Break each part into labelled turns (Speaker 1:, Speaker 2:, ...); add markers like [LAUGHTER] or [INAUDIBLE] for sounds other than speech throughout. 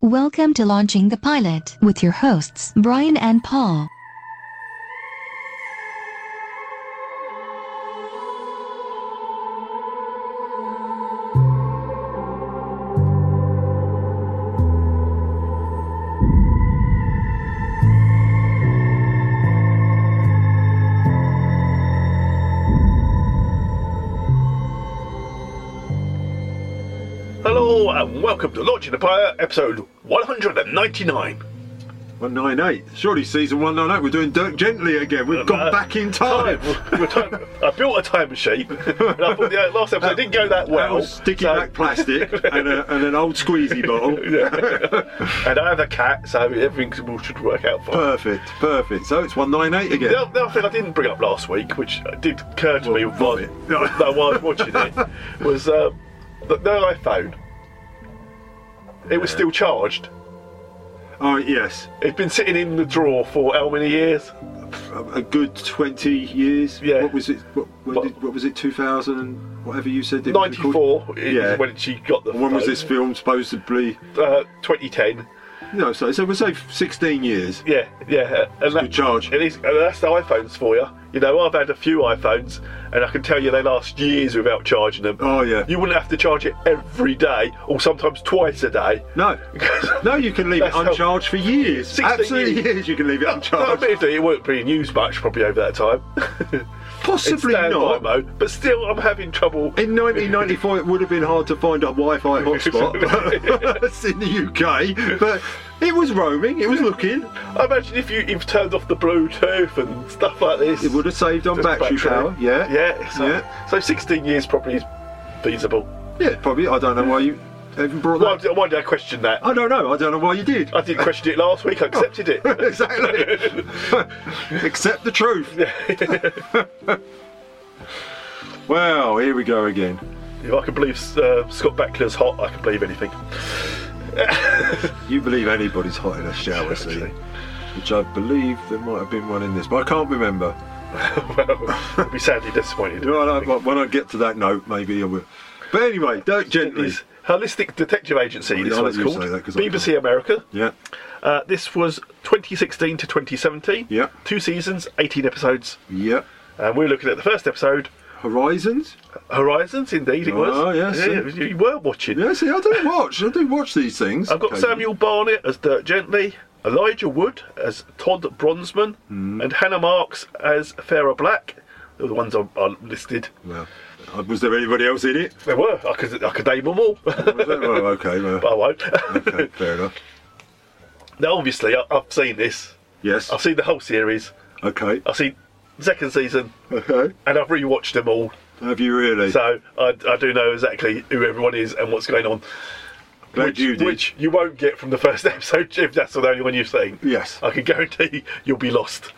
Speaker 1: Welcome to Launching the Pilot with your hosts, Brian and Paul.
Speaker 2: Hello and welcome to Launching the Pilot, episode 199.
Speaker 3: 198. Surely season 198, we're doing Dirk Gently again. We've gone
Speaker 2: Uh,
Speaker 3: back in time. [LAUGHS]
Speaker 2: We're time- I built a time machine, and I thought the last episode didn't go that
Speaker 3: Out
Speaker 2: well.
Speaker 3: of sticky
Speaker 2: so- [LAUGHS]
Speaker 3: back plastic and, a, and an old squeezy bottle.
Speaker 2: Yeah. and I have a cat, so everything will- should work out fine.
Speaker 3: Perfect, perfect. So it's 198 again.
Speaker 2: The oth- the other thing I didn't bring up last week, which did occur to me
Speaker 3: Well,
Speaker 2: while,
Speaker 3: vomit.
Speaker 2: no, while I was watching it,
Speaker 3: [LAUGHS]
Speaker 2: was um, that no iPhone. It was still charged.
Speaker 3: Oh, yes.
Speaker 2: It's been sitting in the drawer for how many years?
Speaker 3: A, a good 20 years.
Speaker 2: Yeah.
Speaker 3: What was it? What, when
Speaker 2: What-
Speaker 3: did, what was it? 2000 and whatever you said? it was recorded?
Speaker 2: 94 is
Speaker 3: Yeah.
Speaker 2: when she got the
Speaker 3: When was
Speaker 2: phone.
Speaker 3: this film supposedly?
Speaker 2: Uh, 2010.
Speaker 3: You know, so, so we'll say 16 years.
Speaker 2: Yeah, yeah. And
Speaker 3: good charge.
Speaker 2: It is, and that's the iPhones for you. You know, I've had a few iPhones, and I can tell you they last years without charging them.
Speaker 3: Oh, yeah.
Speaker 2: You wouldn't have to charge it every day, or sometimes twice a day.
Speaker 3: No. No, you can leave it
Speaker 2: That's how-
Speaker 3: uncharged for years.
Speaker 2: 16
Speaker 3: Absolutely
Speaker 2: years.
Speaker 3: years. you can leave it
Speaker 2: No,
Speaker 3: uncharged.
Speaker 2: admittedly, it won't be in use much probably over that time. [LAUGHS] It's
Speaker 3: Possibly
Speaker 2: standby
Speaker 3: not.
Speaker 2: mode, but still, I'm having trouble.
Speaker 3: In 1994, it would have been hard to find a Wi-Fi [LAUGHS] hotspot It's in the UK, but it was roaming. It was looking.
Speaker 2: I imagine if you, you've turned off the Bluetooth and stuff like this,
Speaker 3: It would have saved on
Speaker 2: Just
Speaker 3: battery, power. Yeah,
Speaker 2: yeah. So,
Speaker 3: Yeah.
Speaker 2: so 16 years probably is feasible.
Speaker 3: yeah. Probably. I don't know why you even brought
Speaker 2: Why,
Speaker 3: that.
Speaker 2: did- why did I question that?
Speaker 3: I don't know. I don't know why you did.
Speaker 2: I didn't question it last week. I accepted it.
Speaker 3: Oh. [LAUGHS]
Speaker 2: [LAUGHS]
Speaker 3: exactly. Accept the truth. well, here we go again.
Speaker 2: If I can believe uh, Scott Bakler's hot, I can believe anything. [LAUGHS]
Speaker 3: You believe anybody's hot in a shower scene, which I believe there might have been one in this, but I can't remember.
Speaker 2: well, I'd be sadly disappointed.
Speaker 3: You know, I know, when I get to that note, maybe I will. But anyway, Dirk Gently.
Speaker 2: It's Holistic Detective Agency,
Speaker 3: Well,
Speaker 2: this
Speaker 3: I'll
Speaker 2: one's
Speaker 3: let you
Speaker 2: called.
Speaker 3: say that 'cause I
Speaker 2: BBC America.
Speaker 3: Yeah.
Speaker 2: Uh, this was 2016 to 2017.
Speaker 3: Yeah.
Speaker 2: Two seasons, 18 episodes.
Speaker 3: Yeah.
Speaker 2: And we're looking at the first episode,
Speaker 3: Horizons?
Speaker 2: Horizons, indeed it was.
Speaker 3: Oh, yes.
Speaker 2: Yeah, you you were watching.
Speaker 3: Yeah, see, I do watch. I do watch these things.
Speaker 2: I've got
Speaker 3: Okay.
Speaker 2: Samuel Barnett as Dirk Gently, Elijah Wood as Todd Bronsman,
Speaker 3: Hmm.
Speaker 2: and Hannah Marks as Farah Black. They're the ones I, I listed.
Speaker 3: Well, uh, was there anybody else in it?
Speaker 2: There were. I could, I could name them all, [LAUGHS] but
Speaker 3: Was there? well,
Speaker 2: [LAUGHS]
Speaker 3: okay, well,
Speaker 2: I won't.
Speaker 3: okay, fair enough.
Speaker 2: [LAUGHS] now, obviously, I, I've seen this.
Speaker 3: Yes.
Speaker 2: I've seen the whole series.
Speaker 3: Okay.
Speaker 2: I've seen the second season,
Speaker 3: Okay.
Speaker 2: and I've rewatched them all.
Speaker 3: Have you really?
Speaker 2: So I, I do know exactly who everyone is and what's going on.
Speaker 3: Glad
Speaker 2: which,
Speaker 3: you did.
Speaker 2: which you won't get from the first [LAUGHS] episode if that's the only one you've seen.
Speaker 3: Yes.
Speaker 2: I can guarantee you'll be lost.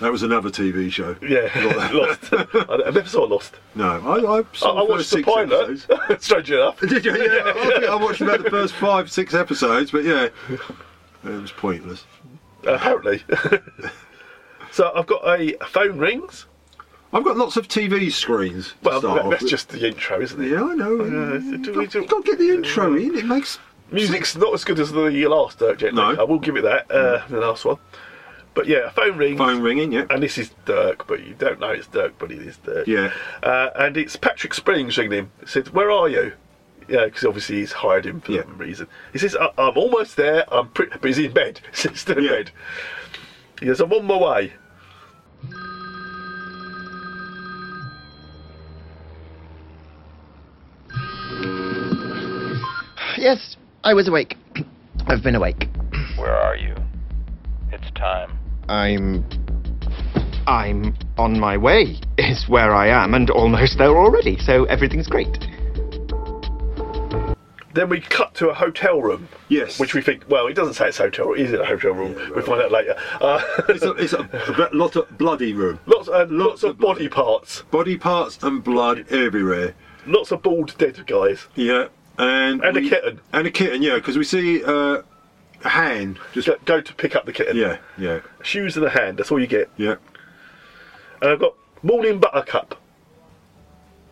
Speaker 3: That was another TV show. [LAUGHS]
Speaker 2: Yeah, lost. I I never saw Lost.
Speaker 3: No, I, I,
Speaker 2: I,
Speaker 3: saw
Speaker 2: I
Speaker 3: the
Speaker 2: watched
Speaker 3: first
Speaker 2: the
Speaker 3: six
Speaker 2: pilot. [LAUGHS]
Speaker 3: episodes. [LAUGHS]
Speaker 2: Strange enough.
Speaker 3: Did you? Yeah, I, think I watched about the first five, six episodes, but yeah, it was pointless.
Speaker 2: Uh, Apparently. [LAUGHS] so I've got a phone rings.
Speaker 3: I've got lots of TV screens. to
Speaker 2: Well,
Speaker 3: start
Speaker 2: that-
Speaker 3: off
Speaker 2: that's
Speaker 3: with.
Speaker 2: just the intro, isn't it?
Speaker 3: Yeah, I know.
Speaker 2: Uh, do we
Speaker 3: Got
Speaker 2: do-
Speaker 3: to get the intro in. It makes
Speaker 2: Music's not as good as the last Dirk Gently.
Speaker 3: No. Mm.
Speaker 2: I will give it that. Uh, the last one. But yeah, a phone rings.
Speaker 3: phone ringing. Yeah,
Speaker 2: And this is Dirk, but you don't know it's Dirk, but it is Dirk.
Speaker 3: Yeah.
Speaker 2: Uh, and it's Patrick Springs ringing him. He said, "Where are you?" Yeah, because obviously he's hired him for
Speaker 3: Yeah.
Speaker 2: some reason. He says, I- "I'm almost there. I'm pre-, but he's in bed. [LAUGHS] he's still in
Speaker 3: Yeah.
Speaker 2: bed." He goes, "I'm on my way."
Speaker 4: Yes, I was awake. [CLEARS THROAT] I've been awake.
Speaker 5: Where are you? It's time.
Speaker 4: I'm. I'm on my way, is where I am, and almost there already, so everything's great.
Speaker 2: Then we cut to a hotel room.
Speaker 3: Yes.
Speaker 2: Which we think, well, it doesn't say it's hotel. room. Is it a hotel room? we find out later. Uh, [LAUGHS]
Speaker 3: it's a, it's a, a bit- lot of bloody room.
Speaker 2: lots and lots, of body parts.
Speaker 3: Body parts and blood everywhere.
Speaker 2: Lots of bald dead guys.
Speaker 3: Yeah, and
Speaker 2: And a kitten.
Speaker 3: And a kitten. Yeah, because we see uh, a hand. Just
Speaker 2: Go, go to pick up the kitten.
Speaker 3: yeah, yeah,
Speaker 2: Shoes in the hand. That's all you get.
Speaker 3: yeah.
Speaker 2: And I've got morning buttercup.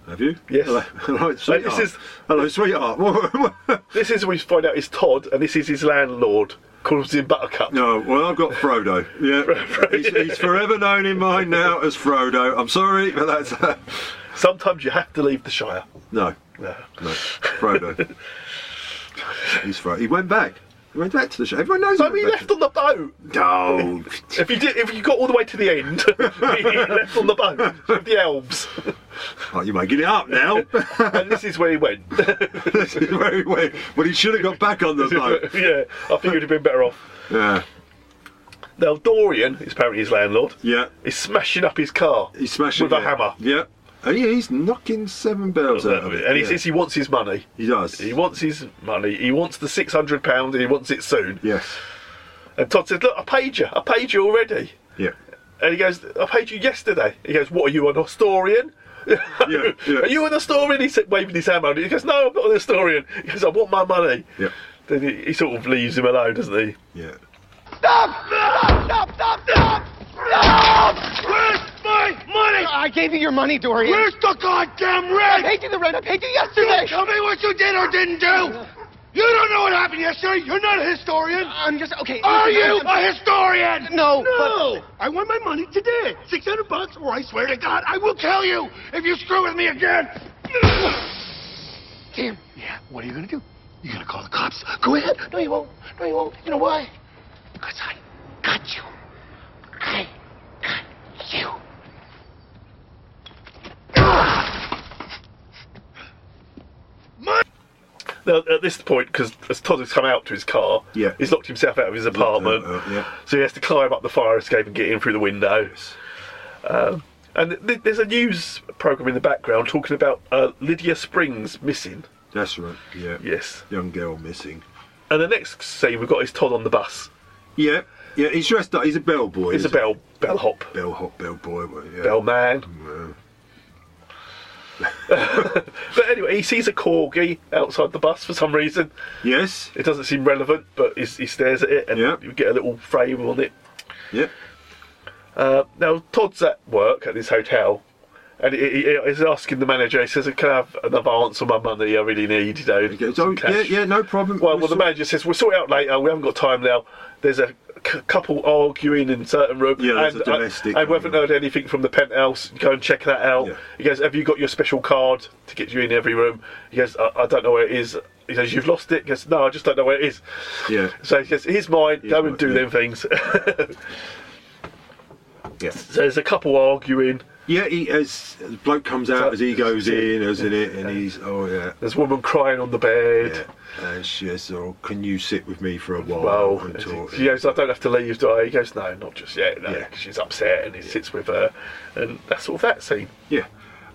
Speaker 3: Have you?
Speaker 2: Yes.
Speaker 3: Hello, [LAUGHS] hello sweetheart.
Speaker 2: this is-
Speaker 3: hello, sweetheart. [LAUGHS]
Speaker 2: This is we find out is Todd, and this is his landlord, calls him Buttercup.
Speaker 3: No, well, I've got Frodo.
Speaker 2: [LAUGHS]
Speaker 3: Yeah, he's, he's forever known in mine now as Frodo. I'm sorry, but that's uh,
Speaker 2: Sometimes you have to leave the Shire.
Speaker 3: no,
Speaker 2: No.
Speaker 3: no,
Speaker 2: [LAUGHS]
Speaker 3: Frodo. he's Frodo. He went back. He went back to the show. Everyone knows.
Speaker 2: So he
Speaker 3: went back
Speaker 2: left on the boat.
Speaker 3: to- No.
Speaker 2: [LAUGHS] If you did, if you got all the way to the end, [LAUGHS] he left on the boat with the elves,
Speaker 3: Oh, you're making it
Speaker 2: [LAUGHS]
Speaker 3: up now.
Speaker 2: and this is where he
Speaker 3: [LAUGHS]
Speaker 2: went.
Speaker 3: this is very weird. But he should have got back on the boat.
Speaker 2: [LAUGHS] yeah, I think he'd have been better off.
Speaker 3: Yeah,
Speaker 2: Now Dorian is apparently his landlord.
Speaker 3: yeah.
Speaker 2: Is smashing up his car.
Speaker 3: He's smashing
Speaker 2: with a
Speaker 3: it.
Speaker 2: hammer.
Speaker 3: Yeah. Oh, yeah, he's knocking seven bells out of it.
Speaker 2: And he
Speaker 3: yeah.
Speaker 2: says he wants his money.
Speaker 3: he does.
Speaker 2: He wants his money. He wants the six hundred pounds, and he wants it soon.
Speaker 3: yes.
Speaker 2: And Todd says, "Look, I paid you. I paid you already."
Speaker 3: Yeah.
Speaker 2: And he goes, "I paid you yesterday." He goes, "What are you, an historian?" [LAUGHS]
Speaker 3: Yeah, yeah.
Speaker 2: Are you an historian? He said, waving his hand around. He goes, "No, I'm not an historian." He goes, "I want my money."
Speaker 3: Yeah.
Speaker 2: Then he, he sort of leaves him alone, doesn't he?
Speaker 3: Yeah.
Speaker 4: Stop! Stop! Stop! Stop! Stop! Stop! Where's my money? I gave you your money, Dorian. Where's the goddamn rent? I paid you the rent. I paid you yesterday. tell me what you did or didn't do. You don't know what happened yesterday. You're not a historian. I'm just okay. Are you a historian? No. No. I want my money today. Six hundred bucks, or I swear to God, I will kill you if you screw with me again. Damn. Yeah. What are you gonna do? You're gonna call the cops? Go ahead. No, you won't. No, you won't. You know why? Because I got you. I got you.
Speaker 2: Now, at this point, because as Todd has come out to his car,
Speaker 3: Yeah.
Speaker 2: he's locked himself out of his apartment,
Speaker 3: out, yeah.
Speaker 2: so he has to climb up the fire escape and get in through the windows. Um, and th- there's a news program in the background talking about uh, Lydia Springs missing.
Speaker 3: That's right. Yeah.
Speaker 2: Yes.
Speaker 3: Young girl missing.
Speaker 2: And the next scene we've got is Todd on the bus.
Speaker 3: Yeah. Yeah. He's dressed up. He's a bellboy.
Speaker 2: It's a
Speaker 3: isn't he?
Speaker 2: bell bellhop,
Speaker 3: Bellhop, bellboy. well, Yeah.
Speaker 2: bellman.
Speaker 3: Yeah.
Speaker 2: But anyway, he sees a corgi outside the bus for some reason.
Speaker 3: Yes.
Speaker 2: It doesn't seem relevant, but he's, he stares at it, and
Speaker 3: Yeah.
Speaker 2: you get a little frame on it.
Speaker 3: Yeah.
Speaker 2: Uh, now Todd's at work at this hotel, and he, he, he's asking the manager. He says, "Can I have an advance on my money? I really need, you know."
Speaker 3: He goes,
Speaker 2: some
Speaker 3: "Oh, yeah,
Speaker 2: cash."
Speaker 3: yeah, no problem.
Speaker 2: Well,
Speaker 3: We'll
Speaker 2: well, the
Speaker 3: sort-
Speaker 2: manager says, "We'll sort it out later. We haven't got time now." There's a c- couple arguing in certain room.
Speaker 3: Yeah, there's
Speaker 2: and,
Speaker 3: a domestic
Speaker 2: uh, and we haven't
Speaker 3: going on.
Speaker 2: heard anything from the penthouse. Go and check that out.
Speaker 3: Yeah.
Speaker 2: He goes, "Have you got your special card to get you in every room?" He goes, "I, I don't know where it is." He says, "You've lost it." He goes, "No, I just don't know where it is."
Speaker 3: Yeah.
Speaker 2: So he says, "Here's mine.
Speaker 3: Here's
Speaker 2: Go and
Speaker 3: mine,
Speaker 2: do
Speaker 3: yeah.
Speaker 2: them things." [LAUGHS]
Speaker 3: Yeah.
Speaker 2: so there's a couple arguing.
Speaker 3: Yeah. He, as the bloke comes out as he goes in, isn't it? And he's, oh yeah.
Speaker 2: There's a woman crying on the bed.
Speaker 3: Yeah. And she says, oh, can you sit with me for a while
Speaker 2: Well,
Speaker 3: and talk?
Speaker 2: she goes, I don't have to leave, do I? He goes, No, not just yet. No,
Speaker 3: Yeah.
Speaker 2: she's upset, and he sits with her, and that's all that scene.
Speaker 3: Yeah.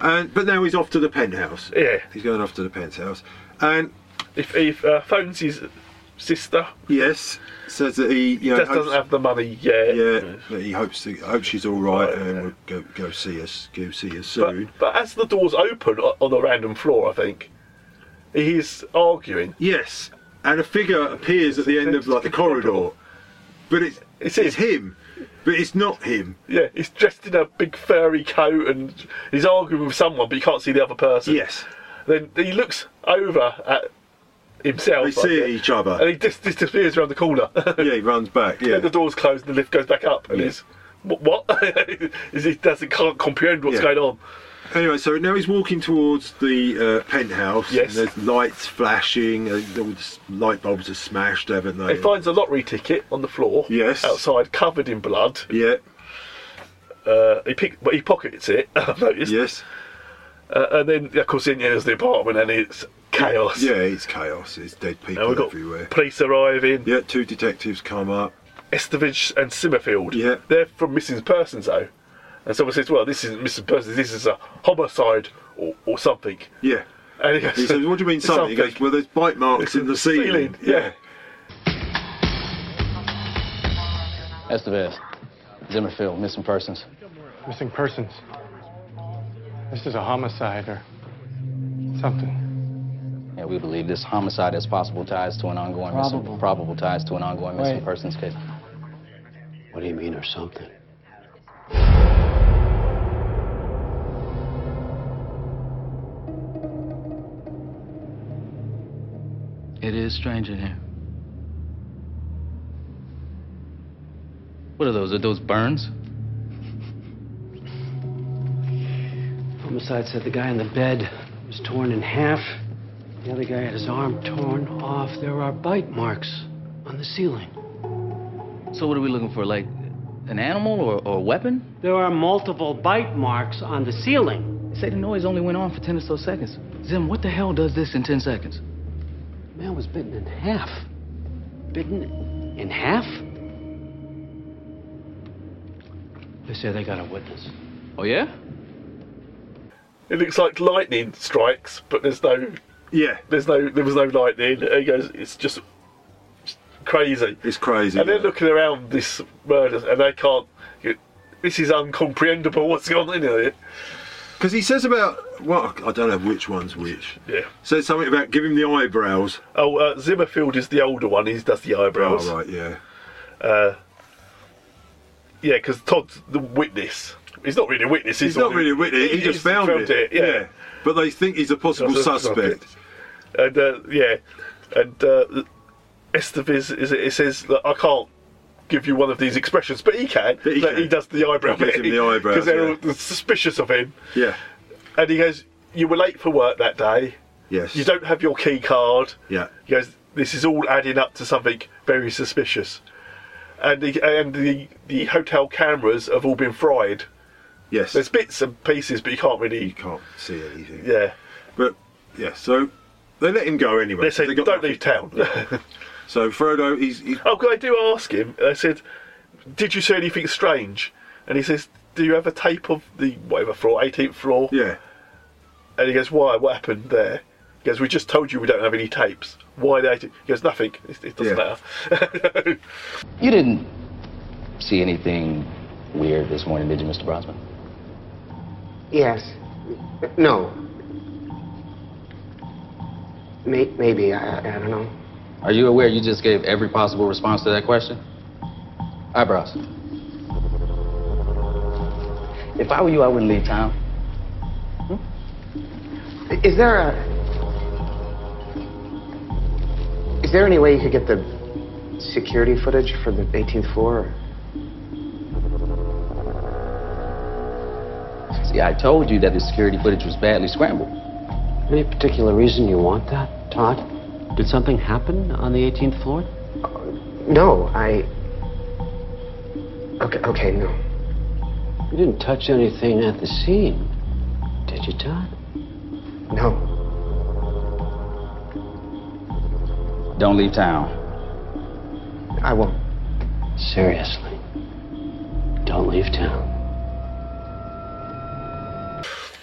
Speaker 3: And but now he's off to the penthouse.
Speaker 2: Yeah.
Speaker 3: He's going off to the penthouse, and
Speaker 2: If he uh, phones his sister,
Speaker 3: yes, says that he you know
Speaker 2: just
Speaker 3: hopes-
Speaker 2: doesn't have the money yet.
Speaker 3: yeah that he hopes to, hopes she's all right
Speaker 2: Right,
Speaker 3: and
Speaker 2: yeah.
Speaker 3: will go go see us go see us
Speaker 2: But,
Speaker 3: soon.
Speaker 2: but as the doors open o- on a random floor, I think he is arguing.
Speaker 3: yes, and a figure appears at the end of like the corridor, but it's
Speaker 2: It's
Speaker 3: it's,
Speaker 2: him.
Speaker 3: him, but it's not him.
Speaker 2: Yeah, he's dressed in a big furry coat and he's arguing with someone, but you can't see the other person.
Speaker 3: Yes,
Speaker 2: Then he looks over at himself.
Speaker 3: they
Speaker 2: I
Speaker 3: see
Speaker 2: guess,
Speaker 3: each
Speaker 2: And
Speaker 3: other.
Speaker 2: he dis- disappears around the corner. [LAUGHS]
Speaker 3: Yeah, he runs back. Yeah,
Speaker 2: Then the door's closed and the lift goes back up, and
Speaker 3: Yeah.
Speaker 2: he's what? [LAUGHS] what? Is he doesn't can't comprehend what's
Speaker 3: Yeah.
Speaker 2: going on.
Speaker 3: Anyway, so now he's walking towards the uh, penthouse.
Speaker 2: Yes.
Speaker 3: And there's lights flashing. Uh, all the light bulbs are smashed, haven't they?
Speaker 2: He finds a lottery ticket on the floor.
Speaker 3: Yes.
Speaker 2: Outside, covered in blood.
Speaker 3: Yeah.
Speaker 2: Uh, he pick, but he pockets it. [LAUGHS] I've noticed.
Speaker 3: Yes.
Speaker 2: Uh, and then, of course, in enters the apartment, and it's chaos.
Speaker 3: Yeah, it's chaos. It's dead
Speaker 2: And
Speaker 3: people
Speaker 2: we've got
Speaker 3: everywhere.
Speaker 2: police arriving.
Speaker 3: Yeah, two detectives come up.
Speaker 2: Estovich and Simmerfield.
Speaker 3: Yeah.
Speaker 2: They're from missing persons though, and someone says, "Well, this isn't missing persons. This is a homicide or, or something." [LAUGHS]
Speaker 3: Yeah.
Speaker 2: And he, goes,
Speaker 3: He says, "What do you mean something?" He goes, "Well, there's bite marks in the ceiling."
Speaker 2: Yeah.
Speaker 6: Estevez, Zimmerfield, missing persons.
Speaker 7: Missing persons. This is a homicide or something.
Speaker 6: Yeah, we believe this homicide has possible ties to an ongoing missing, probable ties to an ongoing missing persons case.
Speaker 8: What do you mean or something?
Speaker 6: It is strange in here. What are those? Are those burns?
Speaker 8: Homicide said the guy in the bed was torn in half. The other guy had his arm torn off. There are bite marks on the ceiling.
Speaker 6: So what are we looking for? Like an animal or, or a weapon?
Speaker 8: There are multiple bite marks on the ceiling.
Speaker 6: They say the noise only went on for 10 or so seconds. Zim, what the hell does this in 10 seconds?
Speaker 8: The man was bitten in half. Bitten in half? They say they got a witness.
Speaker 6: Oh, yeah?
Speaker 2: It looks like lightning strikes, but there's no,
Speaker 3: Yeah,
Speaker 2: there's no, there was no lightning. And he goes, it's just crazy.
Speaker 3: it's crazy.
Speaker 2: And they're looking around this murder, and they can't. This is uncomprehendable. What's going on in here?
Speaker 3: Because he says about, well, I don't know which one's which.
Speaker 2: Yeah.
Speaker 3: Says something about give him the eyebrows.
Speaker 2: Oh, uh, Zimmerfield is the older one. He does the eyebrows.
Speaker 3: Oh, right, yeah.
Speaker 2: Yeah, because Todd's the witness. He's not really a witness.
Speaker 3: He's not really a witness, he, just found, it.
Speaker 2: Yeah.
Speaker 3: But they think he's a possible
Speaker 2: That's a
Speaker 3: suspect.
Speaker 2: And uh, yeah, and uh, Estevez is it, it says that I can't give you one of these expressions, but he can.
Speaker 3: But he
Speaker 2: Like,
Speaker 3: can.
Speaker 2: does the eyebrow
Speaker 3: He gives him the eyebrows,
Speaker 2: [LAUGHS] because they're
Speaker 3: yeah.
Speaker 2: all suspicious of him.
Speaker 3: Yeah.
Speaker 2: And he goes, "You were late for work that day.
Speaker 3: Yes.
Speaker 2: You don't have your key card."
Speaker 3: Yeah.
Speaker 2: He goes, "This is all adding up to something very suspicious." And the and the the hotel cameras have all been fried.
Speaker 3: Yes.
Speaker 2: There's bits and pieces, but you can't
Speaker 3: you
Speaker 2: really.
Speaker 3: can't see anything.
Speaker 2: Yeah.
Speaker 3: But yeah, so they let him go anyway.
Speaker 2: They say
Speaker 3: They got-
Speaker 2: don't leave town.
Speaker 3: So Frodo, he's, he's
Speaker 2: [LAUGHS] Oh, 'cause I do ask him. I said, "Did you see anything strange?" And he says, "Do you have a tape of the whatever floor, 18th floor?"
Speaker 3: yeah,
Speaker 2: And he goes, "Why? What happened there?" He goes, "We just told you we don't have any tapes. Why the 18th?" He goes, "Nothing. It, it doesn't
Speaker 3: Yeah.
Speaker 2: matter." [LAUGHS]
Speaker 6: You didn't see anything weird this morning, did you, Mr. Brosman?
Speaker 9: Yes. No. May- maybe. I, I don't know.
Speaker 6: Are you aware you just gave every possible response to that question? Eyebrows. If I were you, I wouldn't leave town. Hmm?
Speaker 9: Is there a. Is there any way you could get the security footage for the 18th floor?
Speaker 6: See, I told you that the security footage was badly scrambled.
Speaker 8: Any particular reason you want that, Todd? Did something happen on the 18th floor?
Speaker 9: Uh, No, I. Okay, okay, no.
Speaker 8: You didn't touch anything at the scene, did you, Todd?
Speaker 9: No.
Speaker 6: Don't leave town.
Speaker 9: I won't.
Speaker 8: Seriously. Don't leave town.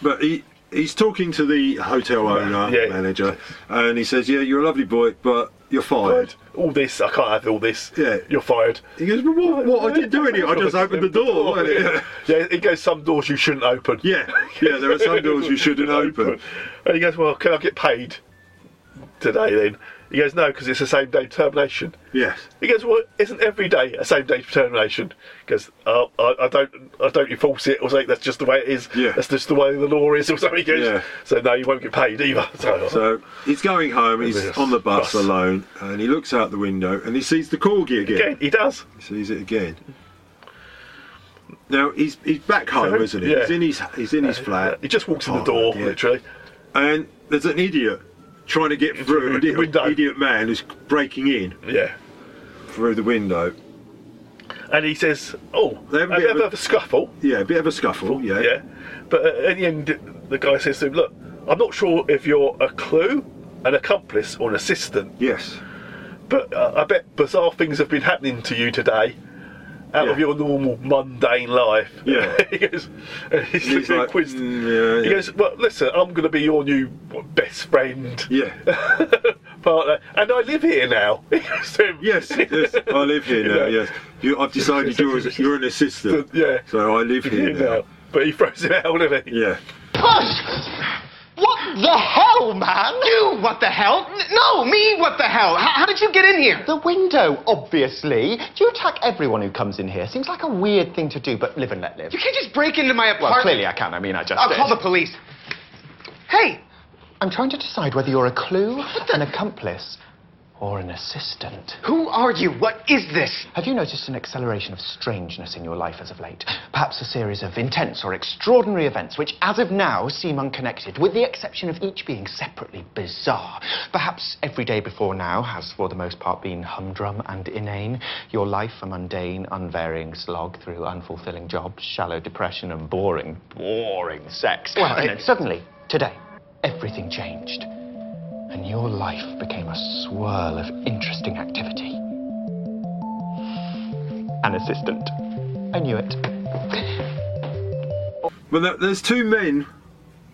Speaker 3: but he he's talking to the hotel owner
Speaker 2: Yeah.
Speaker 3: manager, and he says, "Yeah, you're a lovely boy, but you're fired."
Speaker 2: all this, I can't have all this.
Speaker 3: Yeah.
Speaker 2: You're fired.
Speaker 3: He goes, "But what? What? I didn't do anything. I [LAUGHS] just opened the door." wasn't it?"
Speaker 2: Yeah. he goes, some doors you shouldn't open.
Speaker 3: [LAUGHS] Yeah, yeah. There are some doors
Speaker 2: [LAUGHS]
Speaker 3: you shouldn't [LAUGHS] open.
Speaker 2: And he goes, well, can I get paid today then? He goes, no, because it's the same day termination.
Speaker 3: Yes.
Speaker 2: He goes, well, isn't every day a same day termination? He goes, oh, I, I don't, I don't enforce it or something. That's just the way it is.
Speaker 3: Yeah.
Speaker 2: That's just the way the law is [LAUGHS] or something. He goes,
Speaker 3: Yeah.
Speaker 2: So no, you won't get paid either. So,
Speaker 3: So he's going home. He's
Speaker 2: Yes.
Speaker 3: on the bus,
Speaker 2: Bus.
Speaker 3: alone, and he looks out the window and he sees the corgi again.
Speaker 2: again, he does.
Speaker 3: He sees it again. Now he's he's back home,
Speaker 2: So,
Speaker 3: isn't he?
Speaker 2: yeah. Uh,
Speaker 3: He's in his he's in his flat.
Speaker 2: He just walks in the
Speaker 3: Oh,
Speaker 2: door, uh,
Speaker 3: yeah.
Speaker 2: literally.
Speaker 3: and there's an idiot trying to get through. An
Speaker 2: the
Speaker 3: idiot,
Speaker 2: window.
Speaker 3: idiot man who's breaking in
Speaker 2: Yeah.
Speaker 3: through the window.
Speaker 2: And he says, oh,
Speaker 3: They
Speaker 2: have
Speaker 3: have a
Speaker 2: you
Speaker 3: bit of
Speaker 2: ever
Speaker 3: a-
Speaker 2: have a scuffle?
Speaker 3: Yeah, a bit of a scuffle. Yeah.
Speaker 2: Yeah. But uh, in the end, the guy says to him, Look, I'm not sure if you're a clue, an accomplice, or an assistant,
Speaker 3: Yes.
Speaker 2: but uh, I bet bizarre things have been happening to you today out of
Speaker 3: Yeah.
Speaker 2: your normal mundane life.
Speaker 3: Yeah.
Speaker 2: [LAUGHS] he goes, and he's,
Speaker 3: He's
Speaker 2: looking
Speaker 3: like,
Speaker 2: quizzed.
Speaker 3: "Mm, yeah,
Speaker 2: He
Speaker 3: yeah."
Speaker 2: goes, Well, listen, I'm going to be your new what, best friend. [LAUGHS]
Speaker 3: Yeah.
Speaker 2: Partner, and I live here now. [LAUGHS] He goes to him. [LAUGHS]
Speaker 3: Yes, yes, I live here now.
Speaker 2: Yeah.
Speaker 3: Yes, you, I've decided you're, a- you're an assistant.
Speaker 2: [LAUGHS] Yeah.
Speaker 3: So I live
Speaker 2: Here
Speaker 3: here
Speaker 2: now.
Speaker 3: now.
Speaker 2: But he throws him out, doesn't he?
Speaker 3: Yeah.
Speaker 4: What the hell, man? You, what the hell? N- no, me, what the hell? How, how did you get in here? The window, obviously. Do you attack everyone who comes in here? Seems like a weird thing to do, but live and let live. You can't just break into my apartment. Well, clearly I can. I mean, I just. I'll call the police. Hey! I'm trying to decide whether you're a clue, an accomplice,
Speaker 10: or an assistant.
Speaker 4: Who are you? What is this?
Speaker 10: Have you noticed an acceleration of strangeness in your life as of late? Perhaps a series of intense or extraordinary events which, as of now, seem unconnected, with the exception of each being separately bizarre. Perhaps every day before now has, for the most part, been humdrum and inane. Your life a mundane, unvarying slog through unfulfilling jobs, shallow depression, and boring, boring sex.
Speaker 4: Well,
Speaker 10: and
Speaker 4: it-
Speaker 10: then suddenly, today, everything changed. And your life became a swirl of interesting activity. An assistant. I knew it.
Speaker 3: Well, there- there's two men.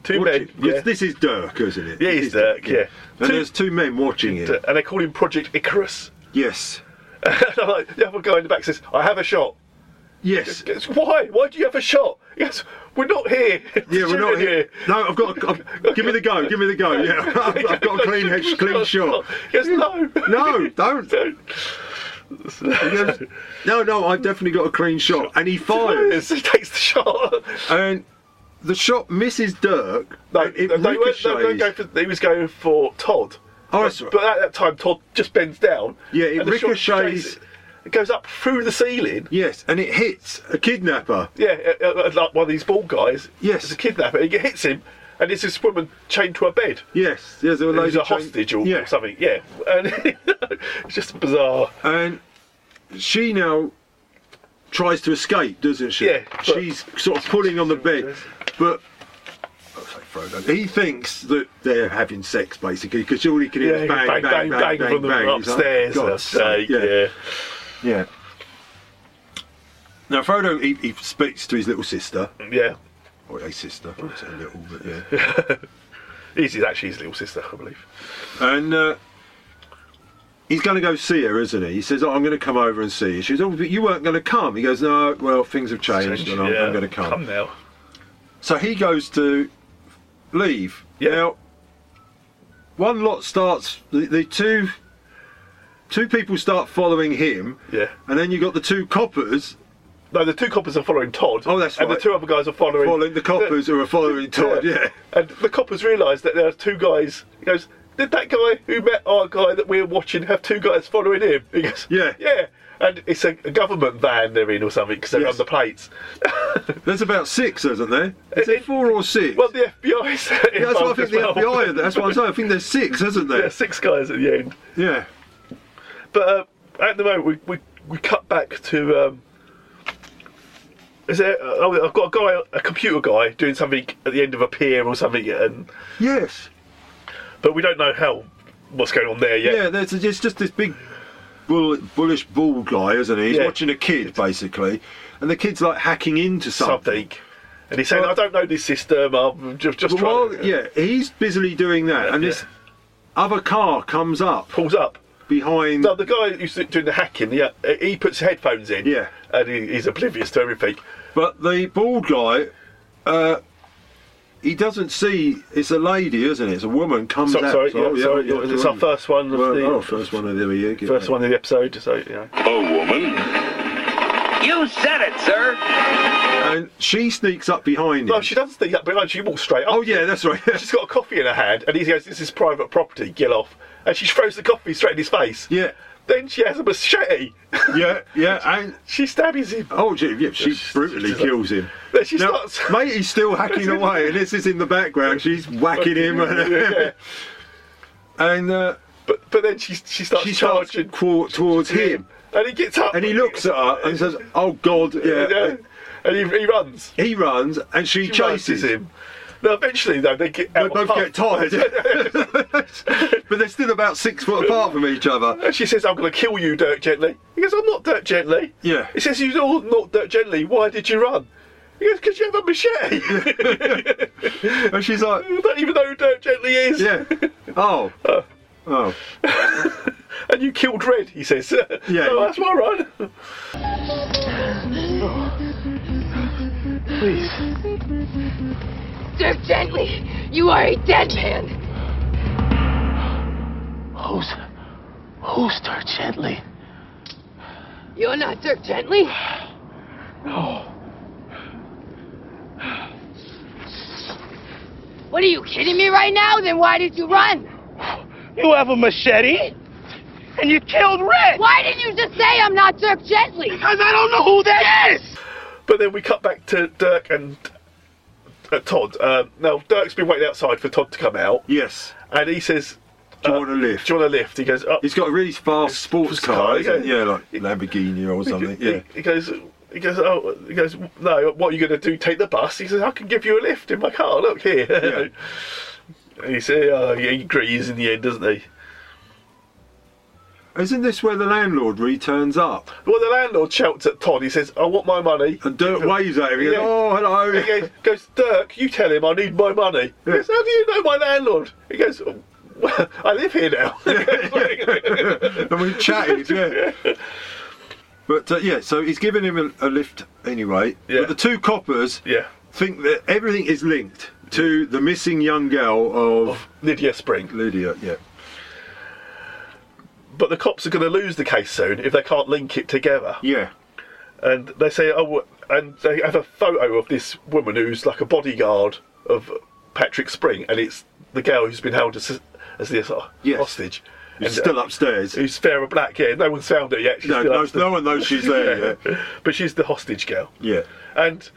Speaker 2: Two
Speaker 3: watching-
Speaker 2: men, yeah.
Speaker 3: This- This is Dirk, isn't it?
Speaker 2: Yeah,
Speaker 3: It
Speaker 2: he's
Speaker 3: is
Speaker 2: Dirk, yeah.
Speaker 3: And
Speaker 2: Two-
Speaker 3: there's two men watching it.
Speaker 2: And they call him Project Icarus.
Speaker 3: Yes.
Speaker 2: And [LAUGHS] I'm like, the other guy in the back says, I have a shot.
Speaker 3: Yes.
Speaker 2: It's, Why? Why do you have a shot? Yes, we're not here. [LAUGHS] to
Speaker 3: Yeah, we're
Speaker 2: shoot
Speaker 3: not
Speaker 2: at
Speaker 3: here.
Speaker 2: you."
Speaker 3: No, I've got. I've, give me the go. Give me the go. Yeah, [LAUGHS] I've, I've got
Speaker 2: [LAUGHS]
Speaker 3: a clean head, clean shot.
Speaker 2: Yes, no. [LAUGHS]
Speaker 3: No, don't.
Speaker 2: Don't.
Speaker 3: He goes, no, no, I've definitely got a clean shot. And he
Speaker 2: [LAUGHS]
Speaker 3: fires,
Speaker 2: He takes the shot. [LAUGHS]
Speaker 3: and the shot misses Dirk.
Speaker 2: No,
Speaker 3: and it
Speaker 2: they, weren't,
Speaker 3: ricochets.
Speaker 2: they were going for, he was going for Todd.
Speaker 3: Oh,
Speaker 2: but,
Speaker 3: that's right.
Speaker 2: but at that time, Todd just bends down.
Speaker 3: Yeah, it
Speaker 2: and the shot
Speaker 3: ricochets.
Speaker 2: goes- It goes up through the ceiling.
Speaker 3: Yes, and it hits a kidnapper.
Speaker 2: Yeah, uh, uh, like one of these bald guys.
Speaker 3: Yes.
Speaker 2: It's a kidnapper. He hits him, and it's this woman chained to a bed.
Speaker 3: Yes, yes, there were
Speaker 2: Who's
Speaker 3: loads
Speaker 2: a
Speaker 3: of chain-
Speaker 2: hostage or,
Speaker 3: yeah.
Speaker 2: or something. Yeah. And [LAUGHS] it's just bizarre.
Speaker 3: And she now tries to escape, doesn't she?
Speaker 2: Yeah, but-
Speaker 3: She's sort of pulling on the bed, but. I say Frodo, He thinks that they're having sex basically because all he can hear
Speaker 2: Yeah,
Speaker 3: is bang, bang, bang, bang,
Speaker 2: from
Speaker 3: bang.
Speaker 2: them
Speaker 3: He's like,
Speaker 2: upstairs. uh,
Speaker 3: "God's
Speaker 2: God's sake,
Speaker 3: sake,
Speaker 2: yeah.
Speaker 3: Yeah. Now Frodo, he, he speaks to his little sister,
Speaker 2: Yeah.
Speaker 3: or a sister, I wouldn't say little, but yeah.
Speaker 2: He's he's actually his little sister, I believe.
Speaker 3: and uh, he's going to go see her, isn't he? He says, oh, "I'm going to come over and see you." She goes, "Oh, but you weren't going to come." He goes, "No, well, things have changed, and I'm,
Speaker 2: Yeah.
Speaker 3: I'm going to come."
Speaker 2: Come now.
Speaker 3: So he goes to leave.
Speaker 2: Yeah.
Speaker 3: Now, one lot starts. The, the two two people start following him.
Speaker 2: Yeah.
Speaker 3: And then you got the two coppers
Speaker 2: No, the two coppers are following Todd.
Speaker 3: Oh, that's
Speaker 2: and
Speaker 3: right.
Speaker 2: the two other guys are following.
Speaker 3: following the coppers who are following [LAUGHS] Todd. Yeah.
Speaker 2: And the coppers realise that there are two guys. He goes, Did that guy who met our guy that we're watching have two guys following him? He goes,
Speaker 3: Yeah.
Speaker 2: Yeah. And it's a, a government van they're in or something because they're
Speaker 3: Yes.
Speaker 2: on the plates.
Speaker 3: There's about six, isn't there? Is
Speaker 2: It-
Speaker 3: there four or six?
Speaker 2: Well, the FBI is. [LAUGHS]
Speaker 3: yeah, that's what I
Speaker 2: involved
Speaker 3: think
Speaker 2: as
Speaker 3: the
Speaker 2: well.
Speaker 3: FBI. are- That's what I'm saying. I think there's six, isn't
Speaker 2: [LAUGHS] Yeah,
Speaker 3: there?
Speaker 2: six guys at the end.
Speaker 3: Yeah.
Speaker 2: But uh, at the moment, we, we, we cut back to. Um, is there? Uh, oh, I've got a guy, a computer guy, doing something at the end of a pier or something, and
Speaker 3: Yes.
Speaker 2: but we don't know how what's going on there yet.
Speaker 3: Yeah. There's it's just this big bull, bullish bull guy, isn't he? He's
Speaker 2: Yeah.
Speaker 3: watching a kid basically, and the kid's like hacking into something.
Speaker 2: something. And he's saying,
Speaker 3: Well-
Speaker 2: I don't know this system, I'm just, just
Speaker 3: Well,
Speaker 2: trying
Speaker 3: while,
Speaker 2: to.
Speaker 3: yeah, he's busily doing that, and this
Speaker 2: Yeah.
Speaker 3: other car comes up
Speaker 2: Pulls up.
Speaker 3: behind.
Speaker 2: No, the guy who's doing the hacking, yeah, he puts headphones in.
Speaker 3: Yeah.
Speaker 2: And he, he's oblivious to everything.
Speaker 3: But the bald guy, uh, he doesn't see. It's a lady, isn't it? It's a woman comes
Speaker 2: So,
Speaker 3: out.
Speaker 2: sorry,
Speaker 3: so-
Speaker 2: yeah, sorry,
Speaker 3: yeah,
Speaker 2: it's our first one of
Speaker 3: Well,
Speaker 2: the-
Speaker 3: oh, first one of the year. get
Speaker 2: First
Speaker 3: that.
Speaker 2: one of the episode, so, you know.
Speaker 5: You said it, sir!
Speaker 3: And she sneaks up behind him.
Speaker 2: No, she doesn't think that, but like, she walks straight up.
Speaker 3: oh yeah, that's right.
Speaker 2: [LAUGHS] She's got a coffee in her hand, and he goes, This is private property, get off. And she throws the coffee straight in his face.
Speaker 3: yeah,
Speaker 2: Then she has a machete. [LAUGHS]
Speaker 3: yeah, yeah, and.
Speaker 2: she stabs him.
Speaker 3: Oh, gee, yeah, she brutally kills him.
Speaker 2: Then she
Speaker 3: Now, [LAUGHS]
Speaker 2: starts.
Speaker 3: mate, he's still hacking away, and this is in the background. She's whacking him,
Speaker 2: [LAUGHS] Yeah.
Speaker 3: and, [LAUGHS] and uh,
Speaker 2: But, but then she, she starts
Speaker 3: she starts
Speaker 2: charging
Speaker 3: quar- towards him.
Speaker 2: And he gets up.
Speaker 3: and he looks at her and says, "Oh God, yeah."
Speaker 2: Yeah. And he, he runs.
Speaker 3: He runs, and she,
Speaker 2: He
Speaker 3: chases
Speaker 2: chases him. Now, eventually, though, they get
Speaker 3: They
Speaker 2: out of
Speaker 3: both
Speaker 2: pub.
Speaker 3: [LAUGHS] get tired, but they're still about six foot apart from each other.
Speaker 2: And she says, I'm going to kill you, Dirk Gently. He goes, I'm not Dirk Gently.
Speaker 3: Yeah.
Speaker 2: He says, You're all not Dirk Gently. Why did you run? He goes, Because you have a
Speaker 3: [LAUGHS]
Speaker 2: machete.
Speaker 3: And she's like,
Speaker 2: I don't even know who Dirk Gently is.
Speaker 3: "Yeah, oh, oh."
Speaker 2: And you killed Red, he says. [LAUGHS]
Speaker 3: Yeah.
Speaker 2: oh, that's my run.
Speaker 7: Please.
Speaker 11: Dirk Gently, you are a dead man.
Speaker 8: Who's. Who's Dirk Gently?
Speaker 11: You're not Dirk Gently.
Speaker 8: No.
Speaker 11: What are you kidding me right now? Then why did you run?
Speaker 8: You have a machete?
Speaker 12: and you killed Red!
Speaker 8: Why did you just say I'm not Dirk Gently? Because
Speaker 12: I don't know who that is!
Speaker 2: But then we cut back to Dirk and uh, Todd. Um, now, Dirk's been waiting outside for Todd to come out.
Speaker 3: Yes.
Speaker 2: And he says, uh,
Speaker 3: uh, Do you want a lift?
Speaker 2: Do you want a lift? He goes, "Oh, up.
Speaker 3: He's got a really fast sports
Speaker 2: car,
Speaker 3: car, isn't it?
Speaker 2: yeah.
Speaker 3: Yeah, like Lamborghini or [LAUGHS] something. Yeah.
Speaker 2: He goes, he goes, oh, he goes, no, what are you going to do? Take the bus? He says, I can give you a lift in my car. Look here. And [LAUGHS] he says, oh, yeah, he agrees in the end, doesn't he?
Speaker 3: Isn't this where the landlord returns up?
Speaker 2: Well, the landlord shouts at Todd. He says, I want my money.
Speaker 3: And Dirk waves at him. He goes, oh, hello.
Speaker 2: He goes, goes, Dirk, you tell him I need my money. He goes, how do you know my landlord? He goes, "Oh, well, I live here now. [LAUGHS]
Speaker 3: and we chatted, yeah. But uh, yeah, so he's giving him a, a lift anyway. But the two coppers
Speaker 2: Yeah.
Speaker 3: think that everything is linked to the missing young girl of,
Speaker 2: Oh. Lydia Spring.
Speaker 3: Lydia, yeah.
Speaker 2: But the cops are going to lose the case soon if they can't link it together.
Speaker 3: Yeah.
Speaker 2: And they say, oh, w- and they have a photo of this woman who's like a bodyguard of Patrick Spring, and it's the girl who's been held as, as the uh, hostage. uh,
Speaker 3: Who's still upstairs.
Speaker 2: Who's Farah Black, yeah. No one's found her yet.
Speaker 3: No,
Speaker 2: still
Speaker 3: no-
Speaker 2: upstairs.
Speaker 3: no one knows she's there
Speaker 2: [LAUGHS] Yeah. But she's the hostage girl.
Speaker 3: Yeah.
Speaker 2: And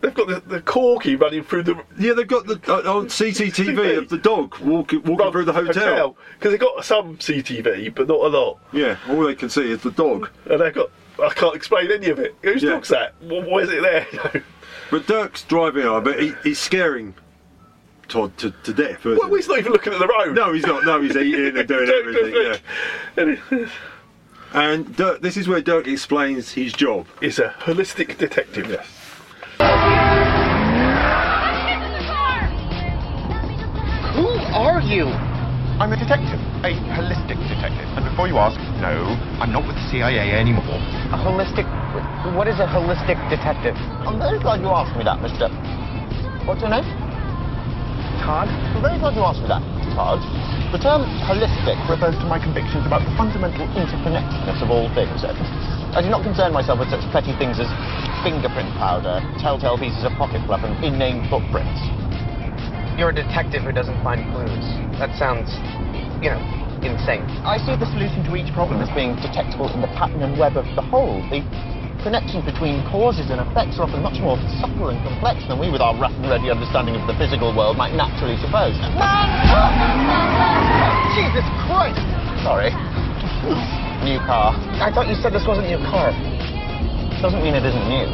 Speaker 2: they've got the, the corgi running through the
Speaker 3: Yeah, they've got the uh, on CCTV of the dog walking walking through the hotel.
Speaker 2: Because they've got some CTV, but not a lot.
Speaker 3: Yeah, all they can see is the dog.
Speaker 2: And they've got, I can't explain any of it. Whose
Speaker 3: Yeah.
Speaker 2: dog's that? Why, why is it there? [LAUGHS]
Speaker 3: But Dirk's driving on, but he, he's scaring Todd to, to death. isn't
Speaker 2: well, he's not even looking at the road.
Speaker 3: he? No, he's not. No, he's eating and
Speaker 2: [LAUGHS]
Speaker 3: doing everything. Yeah.
Speaker 2: And
Speaker 3: And Dirk, this is where Dirk explains his job.
Speaker 2: [LAUGHS] He's a holistic detective.
Speaker 3: Yes.
Speaker 12: Who are you?
Speaker 10: I'm a detective, a holistic detective. And before you ask, no, I'm not with the CIA anymore.
Speaker 13: A holistic. What is a holistic detective?
Speaker 10: I'm very glad you asked me that, Mr. What's your name? Todd. I'm very glad you asked me that, Todd. The term holistic refers to my convictions about the fundamental interconnectedness of all things. I do not concern myself with such petty things as fingerprint powder, telltale pieces of pocket fluff, and inane footprints.
Speaker 13: You're a detective who doesn't find clues. That sounds, you know, insane.
Speaker 10: I see the solution to each problem as being detectable in the pattern and web of the whole. The connections between causes and effects are often much more subtle and complex than we, with our rough and ready understanding of the physical world, might naturally suppose. Jesus Christ! Sorry. New car. I thought you said this wasn't your car. Doesn't mean it isn't new.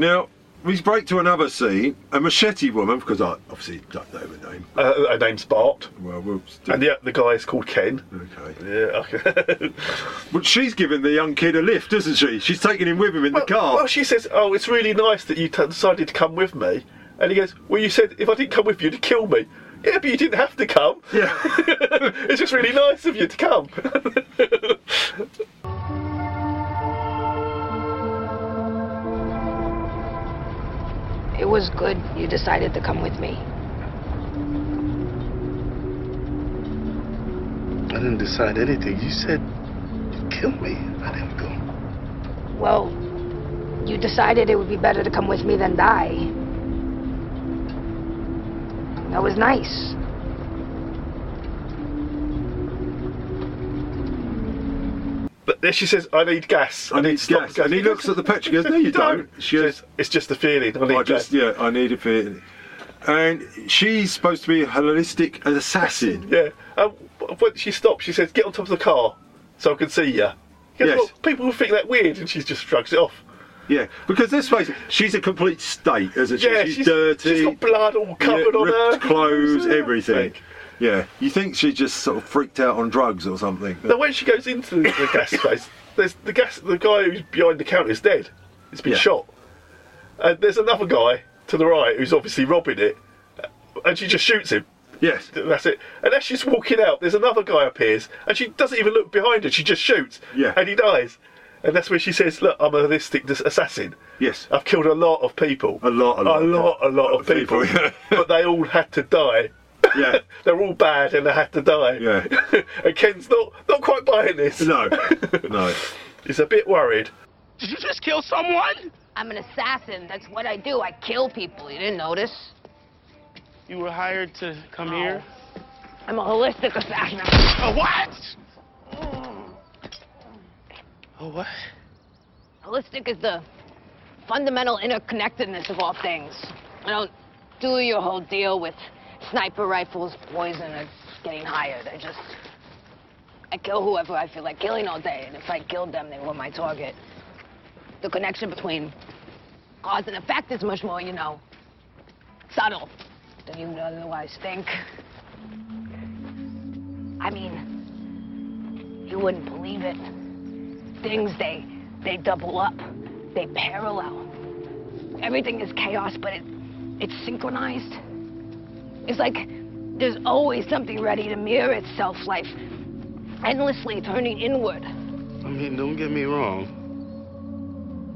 Speaker 3: Now we break to another scene. A machete woman, because I obviously don't know her name.
Speaker 2: Uh, her name's Bart.
Speaker 3: Well, we'll
Speaker 2: And the, the guy is called Ken. Okay. Yeah, okay. [LAUGHS]
Speaker 3: But she's giving the young kid a lift, isn't she? She's taking him with him in the car.
Speaker 2: Well, she says, "Oh, it's really nice that you t- decided to come with me." And he goes, "Well, you said if I didn't come with you, to kill me." Yeah, but you didn't have to come.
Speaker 3: [LAUGHS] Yeah,
Speaker 2: [LAUGHS] it's just really nice of you to come. [LAUGHS]
Speaker 8: It was good you decided to come with me.
Speaker 14: I didn't decide anything. You said you kill me. I didn't go.
Speaker 8: Well, you decided it would be better to come with me than die. That was nice.
Speaker 2: but then she says, "I need gas. I, need, gas."
Speaker 3: And he looks at the picture. and
Speaker 2: [LAUGHS]
Speaker 3: Goes, "No, you don't."
Speaker 2: She says, "It's just the feeling. I need
Speaker 3: I just,
Speaker 2: gas."
Speaker 3: yeah, I need a feeling. And she's supposed to be a holistic assassin.
Speaker 2: Yeah. And w- when she stops, she says, "Get on top of the car, so I can see you." He goes,
Speaker 3: Yes.
Speaker 2: "Well, people will think that weird," and she just shrugs it off.
Speaker 3: Yeah, because let's face it, she's a complete state, isn't she?
Speaker 2: Yeah,
Speaker 3: she's,
Speaker 2: she's-
Speaker 3: dirty.
Speaker 2: she's got blood all covered
Speaker 3: yeah,
Speaker 2: on her.
Speaker 3: ripped clothes,
Speaker 2: [LAUGHS] Yeah.
Speaker 3: everything. Yeah, you think she just sort of freaked out on drugs or something.
Speaker 2: Now, when she goes into the,
Speaker 3: [LAUGHS]
Speaker 2: the gas space, there's the gas. The guy who's behind the counter is dead. He's been
Speaker 3: Yeah.
Speaker 2: shot. And there's another guy to the right who's obviously robbing it, and she just shoots him.
Speaker 3: Yes,
Speaker 2: that's it. And as she's walking out, there's another guy appears, and she doesn't even look behind her. She just shoots.
Speaker 3: Yeah.
Speaker 2: And he dies. And that's where she says, "Look, I'm a holistic dis- assassin.
Speaker 3: Yes.
Speaker 2: I've killed a lot of people. A
Speaker 3: lot, a lot,
Speaker 2: a lot, a lot of people. but they all had to die. [LAUGHS]
Speaker 3: Yeah.
Speaker 2: They're all bad, and they had to die.
Speaker 3: Yeah.
Speaker 2: [LAUGHS] and Ken's not not quite buying this.
Speaker 3: No. no.
Speaker 2: He's a bit worried.
Speaker 8: Did you just kill someone? I'm an assassin. That's what I do. I kill people. You didn't notice?
Speaker 14: You were hired to come here?
Speaker 8: I'm a holistic assassin.
Speaker 15: A what?
Speaker 8: Oh, what? Holistic is the fundamental interconnectedness of all things. I don't do your whole deal with sniper rifles, poison, and getting hired. I just. I kill whoever I feel like killing all day, and if I killed them, they were my target. The connection between cause and effect is much more, you know, subtle than you would otherwise think. I mean, you wouldn't believe it. Things, they, they double up, they parallel. Everything is chaos, but it, it's synchronized. It's like there's always something ready to mirror itself, life endlessly turning inward.
Speaker 6: I mean, don't get me wrong,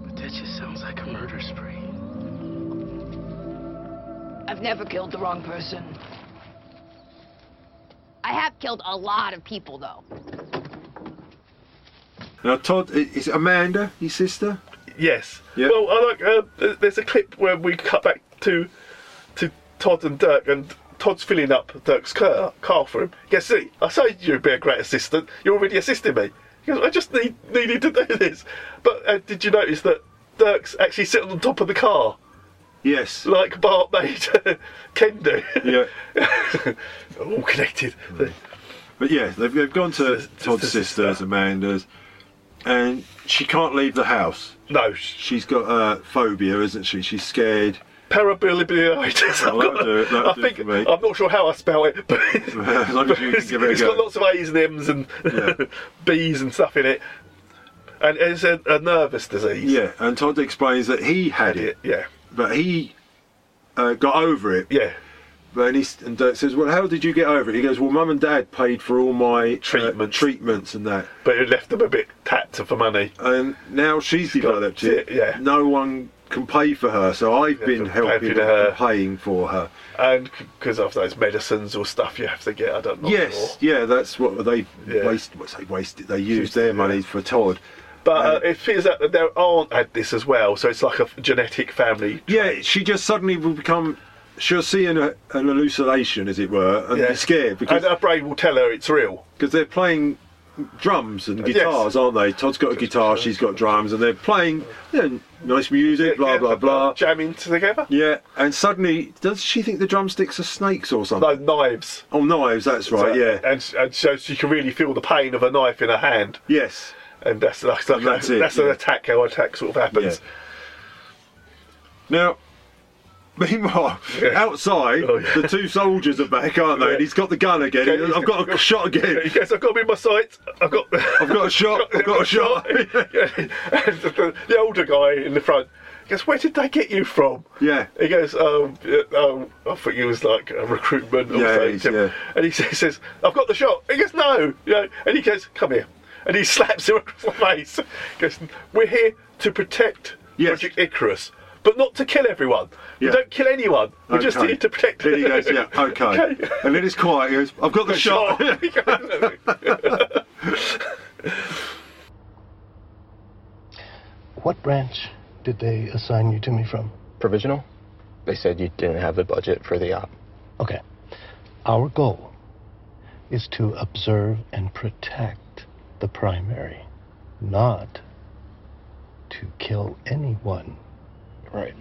Speaker 6: but that just sounds like a murder spree.
Speaker 8: I've never killed the wrong person. I have killed a lot of people, though.
Speaker 3: Now, Todd, i- is Amanda your sister?
Speaker 2: Yes.
Speaker 3: Yeah.
Speaker 2: Well, I like. Uh, th- there's a clip where we cut back to to Todd and Dirk, and Todd's filling up Dirk's car, car for him. He goes, see, I said you'd be a great assistant. You're already assisting me. He goes, I just need, needed to do this. But uh, did you notice that Dirk's actually sitting on top of the car?
Speaker 3: Yes.
Speaker 2: Like Bart made [LAUGHS] Ken do.
Speaker 3: Yeah.
Speaker 2: [LAUGHS]
Speaker 3: Hmm.
Speaker 2: All connected.
Speaker 3: But yeah, they've, they've gone to Todd's sister's, Amanda's, and she can't leave the house.
Speaker 2: No.
Speaker 3: She's got uh, phobia, isn't she? She's scared.
Speaker 2: Parabilibilitis.
Speaker 3: That'll
Speaker 2: I've got-
Speaker 3: do it, that'll
Speaker 2: I
Speaker 3: do
Speaker 2: think
Speaker 3: for me.
Speaker 2: I'm not sure how I spell it, but
Speaker 3: [LAUGHS] As long as you can give it a
Speaker 2: it's
Speaker 3: go.
Speaker 2: got lots of A's and M's and [LAUGHS] B's and stuff in it, and it's a, a nervous disease.
Speaker 3: Yeah, and Todd explains that he had it.
Speaker 2: Yeah.
Speaker 3: But he uh, got over it.
Speaker 2: Yeah.
Speaker 3: But and, he, s- and Dirk says, "Well, how did you get over it?" He goes, "Well, Mum and Dad paid for all my uh, treatments and that."
Speaker 2: But it left them a bit tapped for money.
Speaker 3: And now she's developed
Speaker 2: got-
Speaker 3: it.
Speaker 2: yeah.
Speaker 3: No one can pay for her, so I've been
Speaker 2: for helping
Speaker 3: helping
Speaker 2: her.
Speaker 3: and paying for her.
Speaker 2: And because of those medicines or stuff you have to get, I don't know.
Speaker 3: Yes, yeah, that's what they
Speaker 2: Yeah.
Speaker 3: waste. What they wasted. They used their money for Todd.
Speaker 2: But uh, it feels that their aunt had this as well, so it's like a f- genetic family.
Speaker 3: Yeah, she just suddenly will become. She'll see an, uh, an hallucination, as it were, and
Speaker 2: Yeah.
Speaker 3: be scared because
Speaker 2: and her brain will tell her it's real.
Speaker 3: because they're playing drums and
Speaker 2: Yes.
Speaker 3: guitars, aren't they? Todd's got a guitar, she's got drums, and they're playing you know, nice music, blah blah blah,
Speaker 2: jamming together.
Speaker 3: Yeah, and suddenly, does she think the drumsticks are snakes or something?
Speaker 2: No, knives.
Speaker 3: Oh, knives. That's right.
Speaker 2: So-
Speaker 3: yeah.
Speaker 2: and and so she can really feel the pain of a knife in her hand.
Speaker 3: Yes,
Speaker 2: and that's that's, like
Speaker 3: that's
Speaker 2: a-
Speaker 3: it,
Speaker 2: that's an
Speaker 3: yeah.
Speaker 2: attack. How attack sort of happens.
Speaker 3: Now, [LAUGHS] meanwhile, outside, the two soldiers are back, aren't they? And he's got the gun again.
Speaker 2: Okay.
Speaker 3: I've [LAUGHS] got a shot again.
Speaker 2: Yes, I've got him in my sights. I've got. [LAUGHS]
Speaker 3: I've got a shot. [LAUGHS] I've got a shot.
Speaker 2: and the, [LAUGHS] the older guy in the front goes, "Where did they get you from?"
Speaker 3: Yeah.
Speaker 2: He goes, um, yeah, um, I think he was like a recruitment or
Speaker 3: Yeah,
Speaker 2: something.
Speaker 3: he's- yeah.
Speaker 2: And he [LAUGHS] says, says, I've got the shot. He goes, no. You know, and he goes, come here. And he [LAUGHS] slaps him across the face. He goes, we're here to protect Project Icarus, but not to kill everyone.
Speaker 3: Yeah.
Speaker 2: We don't kill anyone. We're just
Speaker 3: Okay.
Speaker 2: here to protect
Speaker 3: Then he
Speaker 2: [LAUGHS]
Speaker 3: goes, yeah, [LAUGHS] okay. And then it's quiet. He goes, I've got the shot. [LAUGHS]
Speaker 2: [LAUGHS]
Speaker 6: What branch did they assign you to me from?
Speaker 10: Provisional? They said you didn't have the budget for the op.
Speaker 6: Okay. Our goal is to observe and protect the primary, not to kill anyone.
Speaker 10: Right.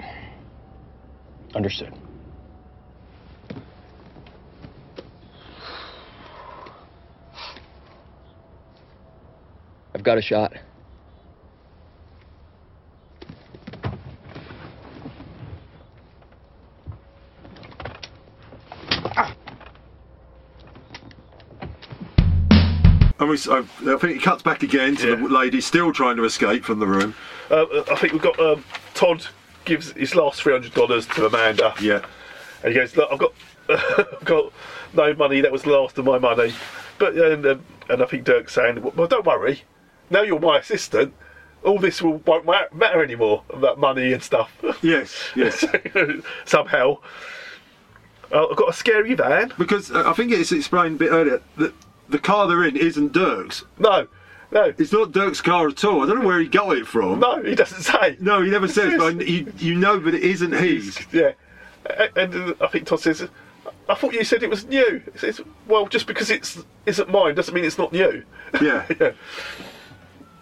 Speaker 10: Understood. I've got a shot.
Speaker 3: And we, s- I I think he cuts back again to the lady still trying to escape from the room.
Speaker 2: Uh, I think we've got um, Todd gives his last three hundred dollars to Amanda.
Speaker 3: Yeah.
Speaker 2: And he goes, look, I've got, [LAUGHS] I've got no money. That was the last of my money. But and, and, and I think Dirk's saying, well, don't worry. Now you're my assistant. All this will, won't ma- matter anymore. That money and stuff. [LAUGHS]
Speaker 3: Yes. [LAUGHS] Yes.
Speaker 2: Somehow. Uh, I've got a scary van.
Speaker 3: Because uh, I think it's explained a bit earlier that the car they're in isn't Dirk's.
Speaker 2: No, no.
Speaker 3: It's not Dirk's car at all. I don't know where he got it from.
Speaker 2: No, he doesn't say.
Speaker 3: No, he never says, but I- you, you know that it isn't his.
Speaker 2: Yeah. A- And uh, I think Todd says, I thought you said it was new. It's, it's- well, just because it's isn't mine doesn't mean it's not new. [LAUGHS]
Speaker 3: [LAUGHS] Yeah.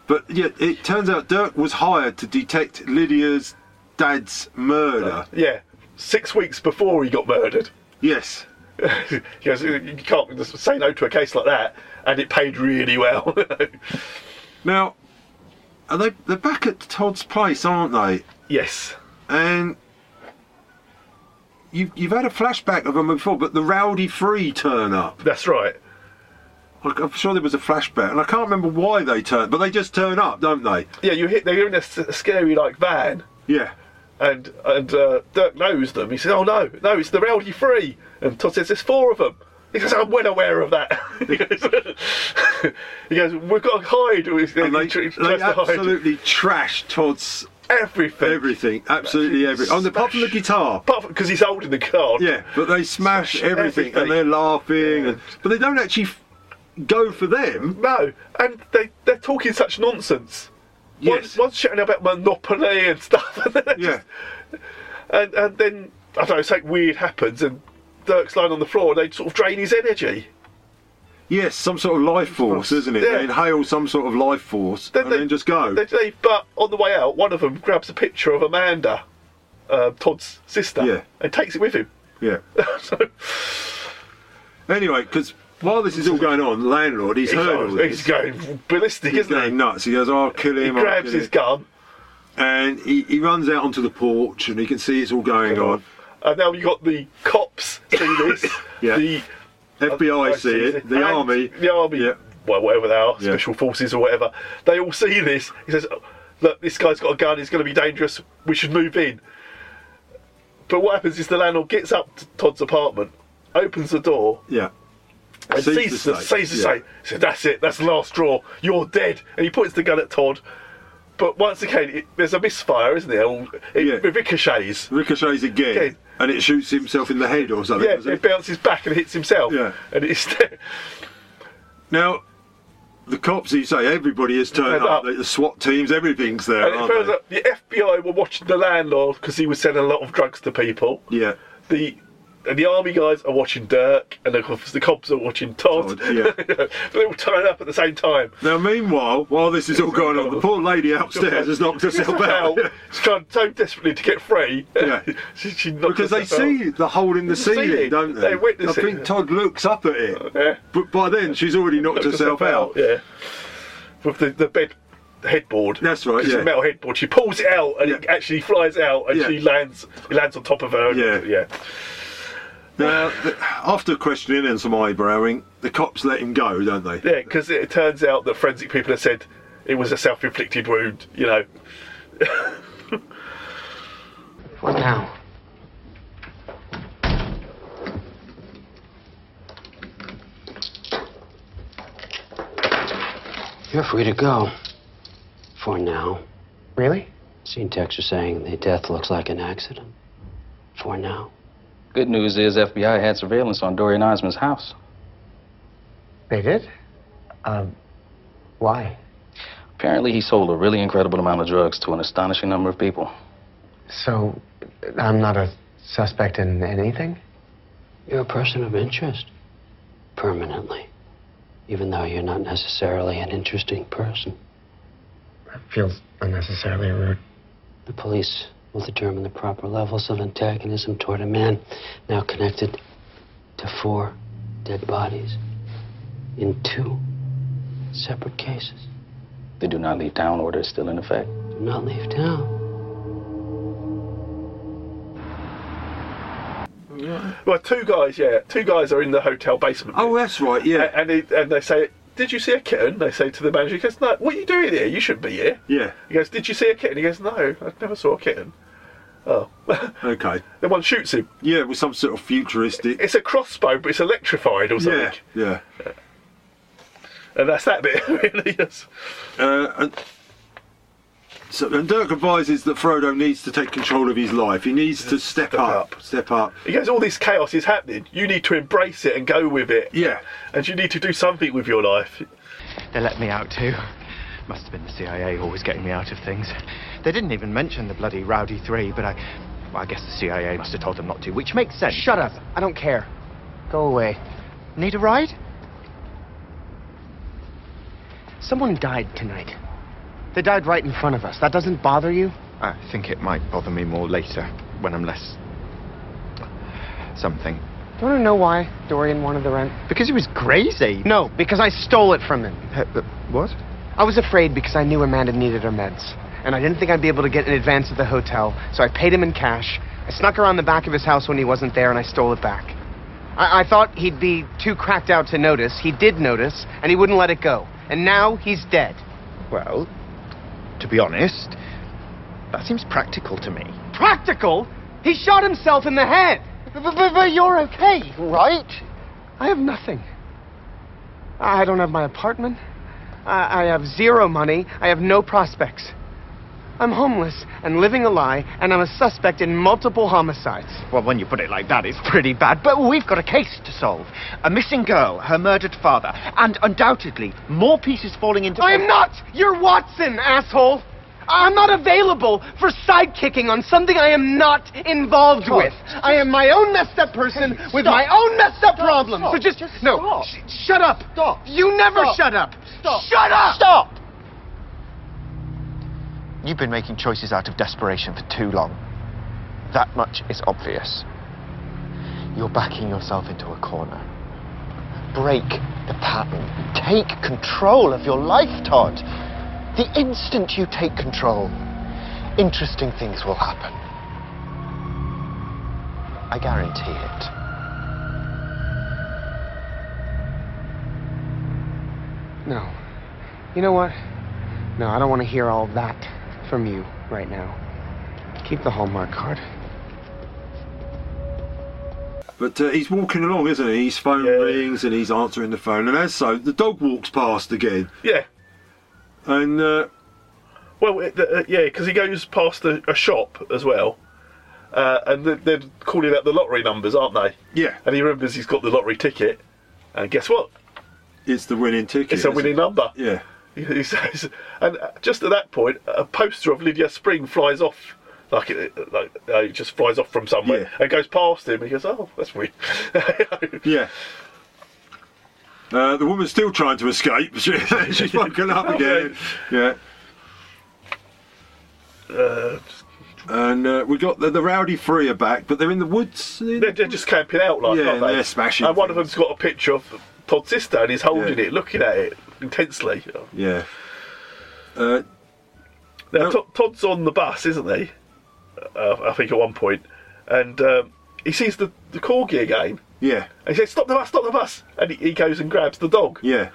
Speaker 3: But yeah, it turns out Dirk was hired to detect Lydia's dad's murder.
Speaker 2: Yeah, six weeks before he got murdered. [LAUGHS]
Speaker 3: Yes.
Speaker 2: he goes, you can't just say no to a case like that, and it paid really well. [LAUGHS]
Speaker 3: Now, are they? They're back at Todd's place, aren't they?
Speaker 2: Yes.
Speaker 3: And you, you've had a flashback of them before, but the Rowdy Free turn up.
Speaker 2: That's right.
Speaker 3: I'm sure there was a flashback, and I can't remember why they turned, but they just turn up, don't they?
Speaker 2: yeah, you hit. They're in a s- scary like van,
Speaker 3: Yeah.
Speaker 2: and and uh, Dirk knows them. He says, "Oh no, no, it's the Rowdy Free." And Todd says, "There's four of them." He goes, "I'm well aware of that." [LAUGHS] he, goes, [LAUGHS] he goes, "We've got to hide." And they,
Speaker 3: They absolutely trash Todd's
Speaker 2: everything.
Speaker 3: Everything, absolutely everything. On the apart from the guitar,
Speaker 2: because he's holding the guitar.
Speaker 3: Yeah, but they smash everything,
Speaker 2: everything.
Speaker 3: and they're laughing, and, but they don't actually f- go for them.
Speaker 2: No, and they they're talking such nonsense. Yes. One's shouting about Monopoly and stuff. [LAUGHS] And then yeah. and and then I don't know, something weird happens, and Dirk's lying on the floor, and they sort of drain his energy.
Speaker 3: Yes, some sort of life force, isn't it?
Speaker 2: Yeah.
Speaker 3: They inhale some sort of life force and then just go.
Speaker 2: They, they, but on the way out, one of them grabs a picture of Amanda, uh, Todd's sister,
Speaker 3: Yeah.
Speaker 2: and takes it with him.
Speaker 3: Yeah. [LAUGHS] anyway, because while this is all going on, landlord, he's,
Speaker 2: He's
Speaker 3: heard
Speaker 2: like-
Speaker 3: all this.
Speaker 2: he's going ballistic,
Speaker 3: he's
Speaker 2: isn't he?
Speaker 3: going nuts. He goes, "Oh, "I'll kill him."
Speaker 2: He
Speaker 3: I'll
Speaker 2: grabs
Speaker 3: kill him."
Speaker 2: his gun.
Speaker 3: and he, he runs out onto the porch, and he can see it's all going on.
Speaker 2: And now you got the cops see this.
Speaker 3: [LAUGHS] Yeah.
Speaker 2: The
Speaker 3: FBI see it, the
Speaker 2: and
Speaker 3: army.
Speaker 2: The army. Well, whatever they are, special forces or whatever. They all see this. He says, "Oh, "Look, this guy's got a gun. He's going to be dangerous. We should move in." But what happens is the landlord gets up to Todd's apartment, opens the door,
Speaker 3: Yeah.
Speaker 2: and
Speaker 3: Sees
Speaker 2: sees
Speaker 3: the
Speaker 2: the
Speaker 3: snake,
Speaker 2: sees the
Speaker 3: yeah.
Speaker 2: snake. He said, "That's it. That's the last straw. You're dead." And he points the gun at Todd. But once again, it, there's a misfire, isn't there? All- It, it ricochets.
Speaker 3: Ricochets again,
Speaker 2: Again.
Speaker 3: and it shoots himself in the head or something.
Speaker 2: yeah,
Speaker 3: doesn't
Speaker 2: it bounces back and hits himself. Yeah. And it's [LAUGHS]
Speaker 3: Now, the cops, you say, everybody has turned
Speaker 2: Turned
Speaker 3: up.
Speaker 2: up.
Speaker 3: The SWAT teams, everything's there,
Speaker 2: and it
Speaker 3: aren't
Speaker 2: turns
Speaker 3: they?
Speaker 2: out the FBI were watching the landlord because he was selling a lot of drugs to people.
Speaker 3: Yeah.
Speaker 2: The and the army guys are watching Dirk, and of course the cops are watching Todd.
Speaker 3: yeah.
Speaker 2: but [LAUGHS] they all turn up at the same time.
Speaker 3: Now, meanwhile, while this is all going on, the poor lady upstairs has knocked herself out.
Speaker 2: She's [LAUGHS] trying so desperately to get free.
Speaker 3: Yeah.
Speaker 2: [LAUGHS] she, she knocked [LAUGHS]
Speaker 3: Because they
Speaker 2: herself out.
Speaker 3: see the hole in the ceiling,
Speaker 2: Ceiling.
Speaker 3: don't they?
Speaker 2: They witness
Speaker 3: I think
Speaker 2: it.
Speaker 3: Todd looks up at it.
Speaker 2: Yeah.
Speaker 3: But by then, she's already knocked, herself, out.
Speaker 2: Yeah. With the, the bed headboard.
Speaker 3: That's right,
Speaker 2: It's
Speaker 3: yeah.
Speaker 2: a metal headboard. She pulls it out and it actually flies out and
Speaker 3: Yeah.
Speaker 2: she lands it lands on top of her. and-
Speaker 3: Yeah.
Speaker 2: Yeah.
Speaker 3: Now, the, after questioning and some eyebrowing, the cops let him go, don't they?
Speaker 2: Yeah, because it turns out that forensic people have said it was a self inflicted wound, you know.
Speaker 16: What now?
Speaker 8: You're free to go. For now. Really? Scene texts are saying the death looks like an accident. For now.
Speaker 6: Good news is FBI had surveillance on Dorian Eisman's house.
Speaker 16: They did? Um, why?
Speaker 6: Apparently, he sold a really incredible amount of drugs to an astonishing number of people.
Speaker 16: So, I'm not a suspect in anything?
Speaker 8: You're a person of interest. Permanently. Even though you're not necessarily an interesting person.
Speaker 16: That feels unnecessarily rude.
Speaker 8: The police will determine the proper levels of antagonism toward a man now connected to four dead bodies in two separate cases.
Speaker 6: The do not leave town order is still in effect.
Speaker 8: Do not leave town.
Speaker 2: Well, two guys, yeah, two guys are in the hotel basement. Oh,
Speaker 3: that's right, yeah.
Speaker 2: And and, they- and they say, "Did you see a kitten?" They say to the manager, "He goes, no. What are you doing here? You shouldn't be here."
Speaker 3: Yeah.
Speaker 2: He goes, "Did you see a kitten?" He goes, "No, I never saw a kitten." Oh, [LAUGHS]
Speaker 3: Okay.
Speaker 2: then one shoots him.
Speaker 3: Yeah, with some sort of futuristic.
Speaker 2: It's a crossbow, but it's electrified or something.
Speaker 3: Yeah, yeah.
Speaker 2: And that's that bit, [LAUGHS] really. Yes.
Speaker 3: Uh, and, so, and Dirk advises that Frodo needs to take control of his life. He needs to step, up, step up.
Speaker 2: He goes, "All this chaos is happening. You need to embrace it and go with it."
Speaker 3: Yeah.
Speaker 2: And you need to do something with your life.
Speaker 16: They let me out too. Must have been the CIA always getting me out of things. They didn't even mention the bloody Rowdy Three, but I. Well, I guess the CIA must have told them not to, which makes sense. Shut up. I don't care.
Speaker 10: Go away. Need a ride? Someone died tonight. They died right in front of us. That doesn't bother you?
Speaker 16: I think it might bother me more later when I'm less. something.
Speaker 10: Do you want to know why Dorian wanted the rent? Because he was crazy. No, because I stole it from him.
Speaker 16: Uh, what?
Speaker 10: I was afraid because I knew Amanda needed her meds. And I didn't think I'd be able to get in advance at the hotel, so I paid him in cash. I snuck around the back of his house when he wasn't there and I stole it back. I, I thought he'd be too cracked out to notice. He did notice, and he wouldn't let it go. And now he's dead.
Speaker 16: Well, to be honest, that seems practical to me.
Speaker 10: Practical? He shot himself in the head. But, but, but you're okay, right? I have nothing. I don't have my apartment. I, I have zero money. I have no prospects. I'm homeless and living a lie, and I'm a suspect in multiple homicides.
Speaker 16: Well, when you put it like that, it's pretty bad. But we've got a case to solve. A missing girl, her murdered father, and undoubtedly more pieces falling into.
Speaker 10: I am not your Watson, asshole. I'm not available for sidekicking on something I am not involved
Speaker 4: Todd,
Speaker 10: with. I am my own messed up person
Speaker 4: stop.
Speaker 10: with my own messed up
Speaker 4: Stop,
Speaker 10: problems.
Speaker 4: stop,
Speaker 10: so just,
Speaker 4: just
Speaker 10: no,
Speaker 4: stop.
Speaker 10: sh- shut up.
Speaker 4: Stop.
Speaker 10: You never
Speaker 4: Stop.
Speaker 10: shut up.
Speaker 4: Stop.
Speaker 10: Shut up.
Speaker 4: Stop.
Speaker 16: You've been making choices out of desperation for too long.
Speaker 10: That much is obvious. You're backing yourself into a corner.
Speaker 17: Break the pattern. Take control of your life, Todd. The instant you take control, interesting things will happen. I guarantee it.
Speaker 10: No. You know what? No, I don't want to hear all that from you right now. Keep the Hallmark card.
Speaker 3: But uh, he's walking along, isn't he? His phone rings and he's answering the phone. And as so, the dog walks past again.
Speaker 2: Yeah.
Speaker 3: And uh,
Speaker 2: Well, it, uh, yeah, because he goes past a, a shop as well, uh, and they're, they're calling out the lottery numbers, aren't they?
Speaker 3: Yeah.
Speaker 2: And he remembers he's got the lottery ticket, and guess what?
Speaker 3: it's the winning ticket.
Speaker 2: It's a
Speaker 3: isn't
Speaker 2: winning
Speaker 3: it?
Speaker 2: number. [LAUGHS]
Speaker 3: Yeah.
Speaker 2: He- he says- and uh, just at that point, a poster of Lydia Spring flies off, like it, like uh, it just flies off from somewhere and goes past him. He goes, "Oh, that's weird." [LAUGHS]
Speaker 3: yeah. Uh, the woman's still trying to escape. [LAUGHS] She, she's
Speaker 2: [LAUGHS]
Speaker 3: woken up again. Yeah. and uh, we got the, the rowdy three are back, but they're in the woods.
Speaker 2: They're, they're just camping out, like
Speaker 3: Yeah,
Speaker 2: aren't they?
Speaker 3: they're smashing
Speaker 2: And one of them's got a picture of Todd's sister, and he's holding
Speaker 3: Yeah.
Speaker 2: it, looking at it intensely.
Speaker 3: Yeah. Uh,
Speaker 2: Now, Tod- Todd's on the bus, isn't he? Uh, I think at one point, and um, he sees the, the corgi again.
Speaker 3: Yeah.
Speaker 2: And he says, "Stop the bus! Stop the bus!" And he, he goes and grabs the dog.
Speaker 3: Yeah.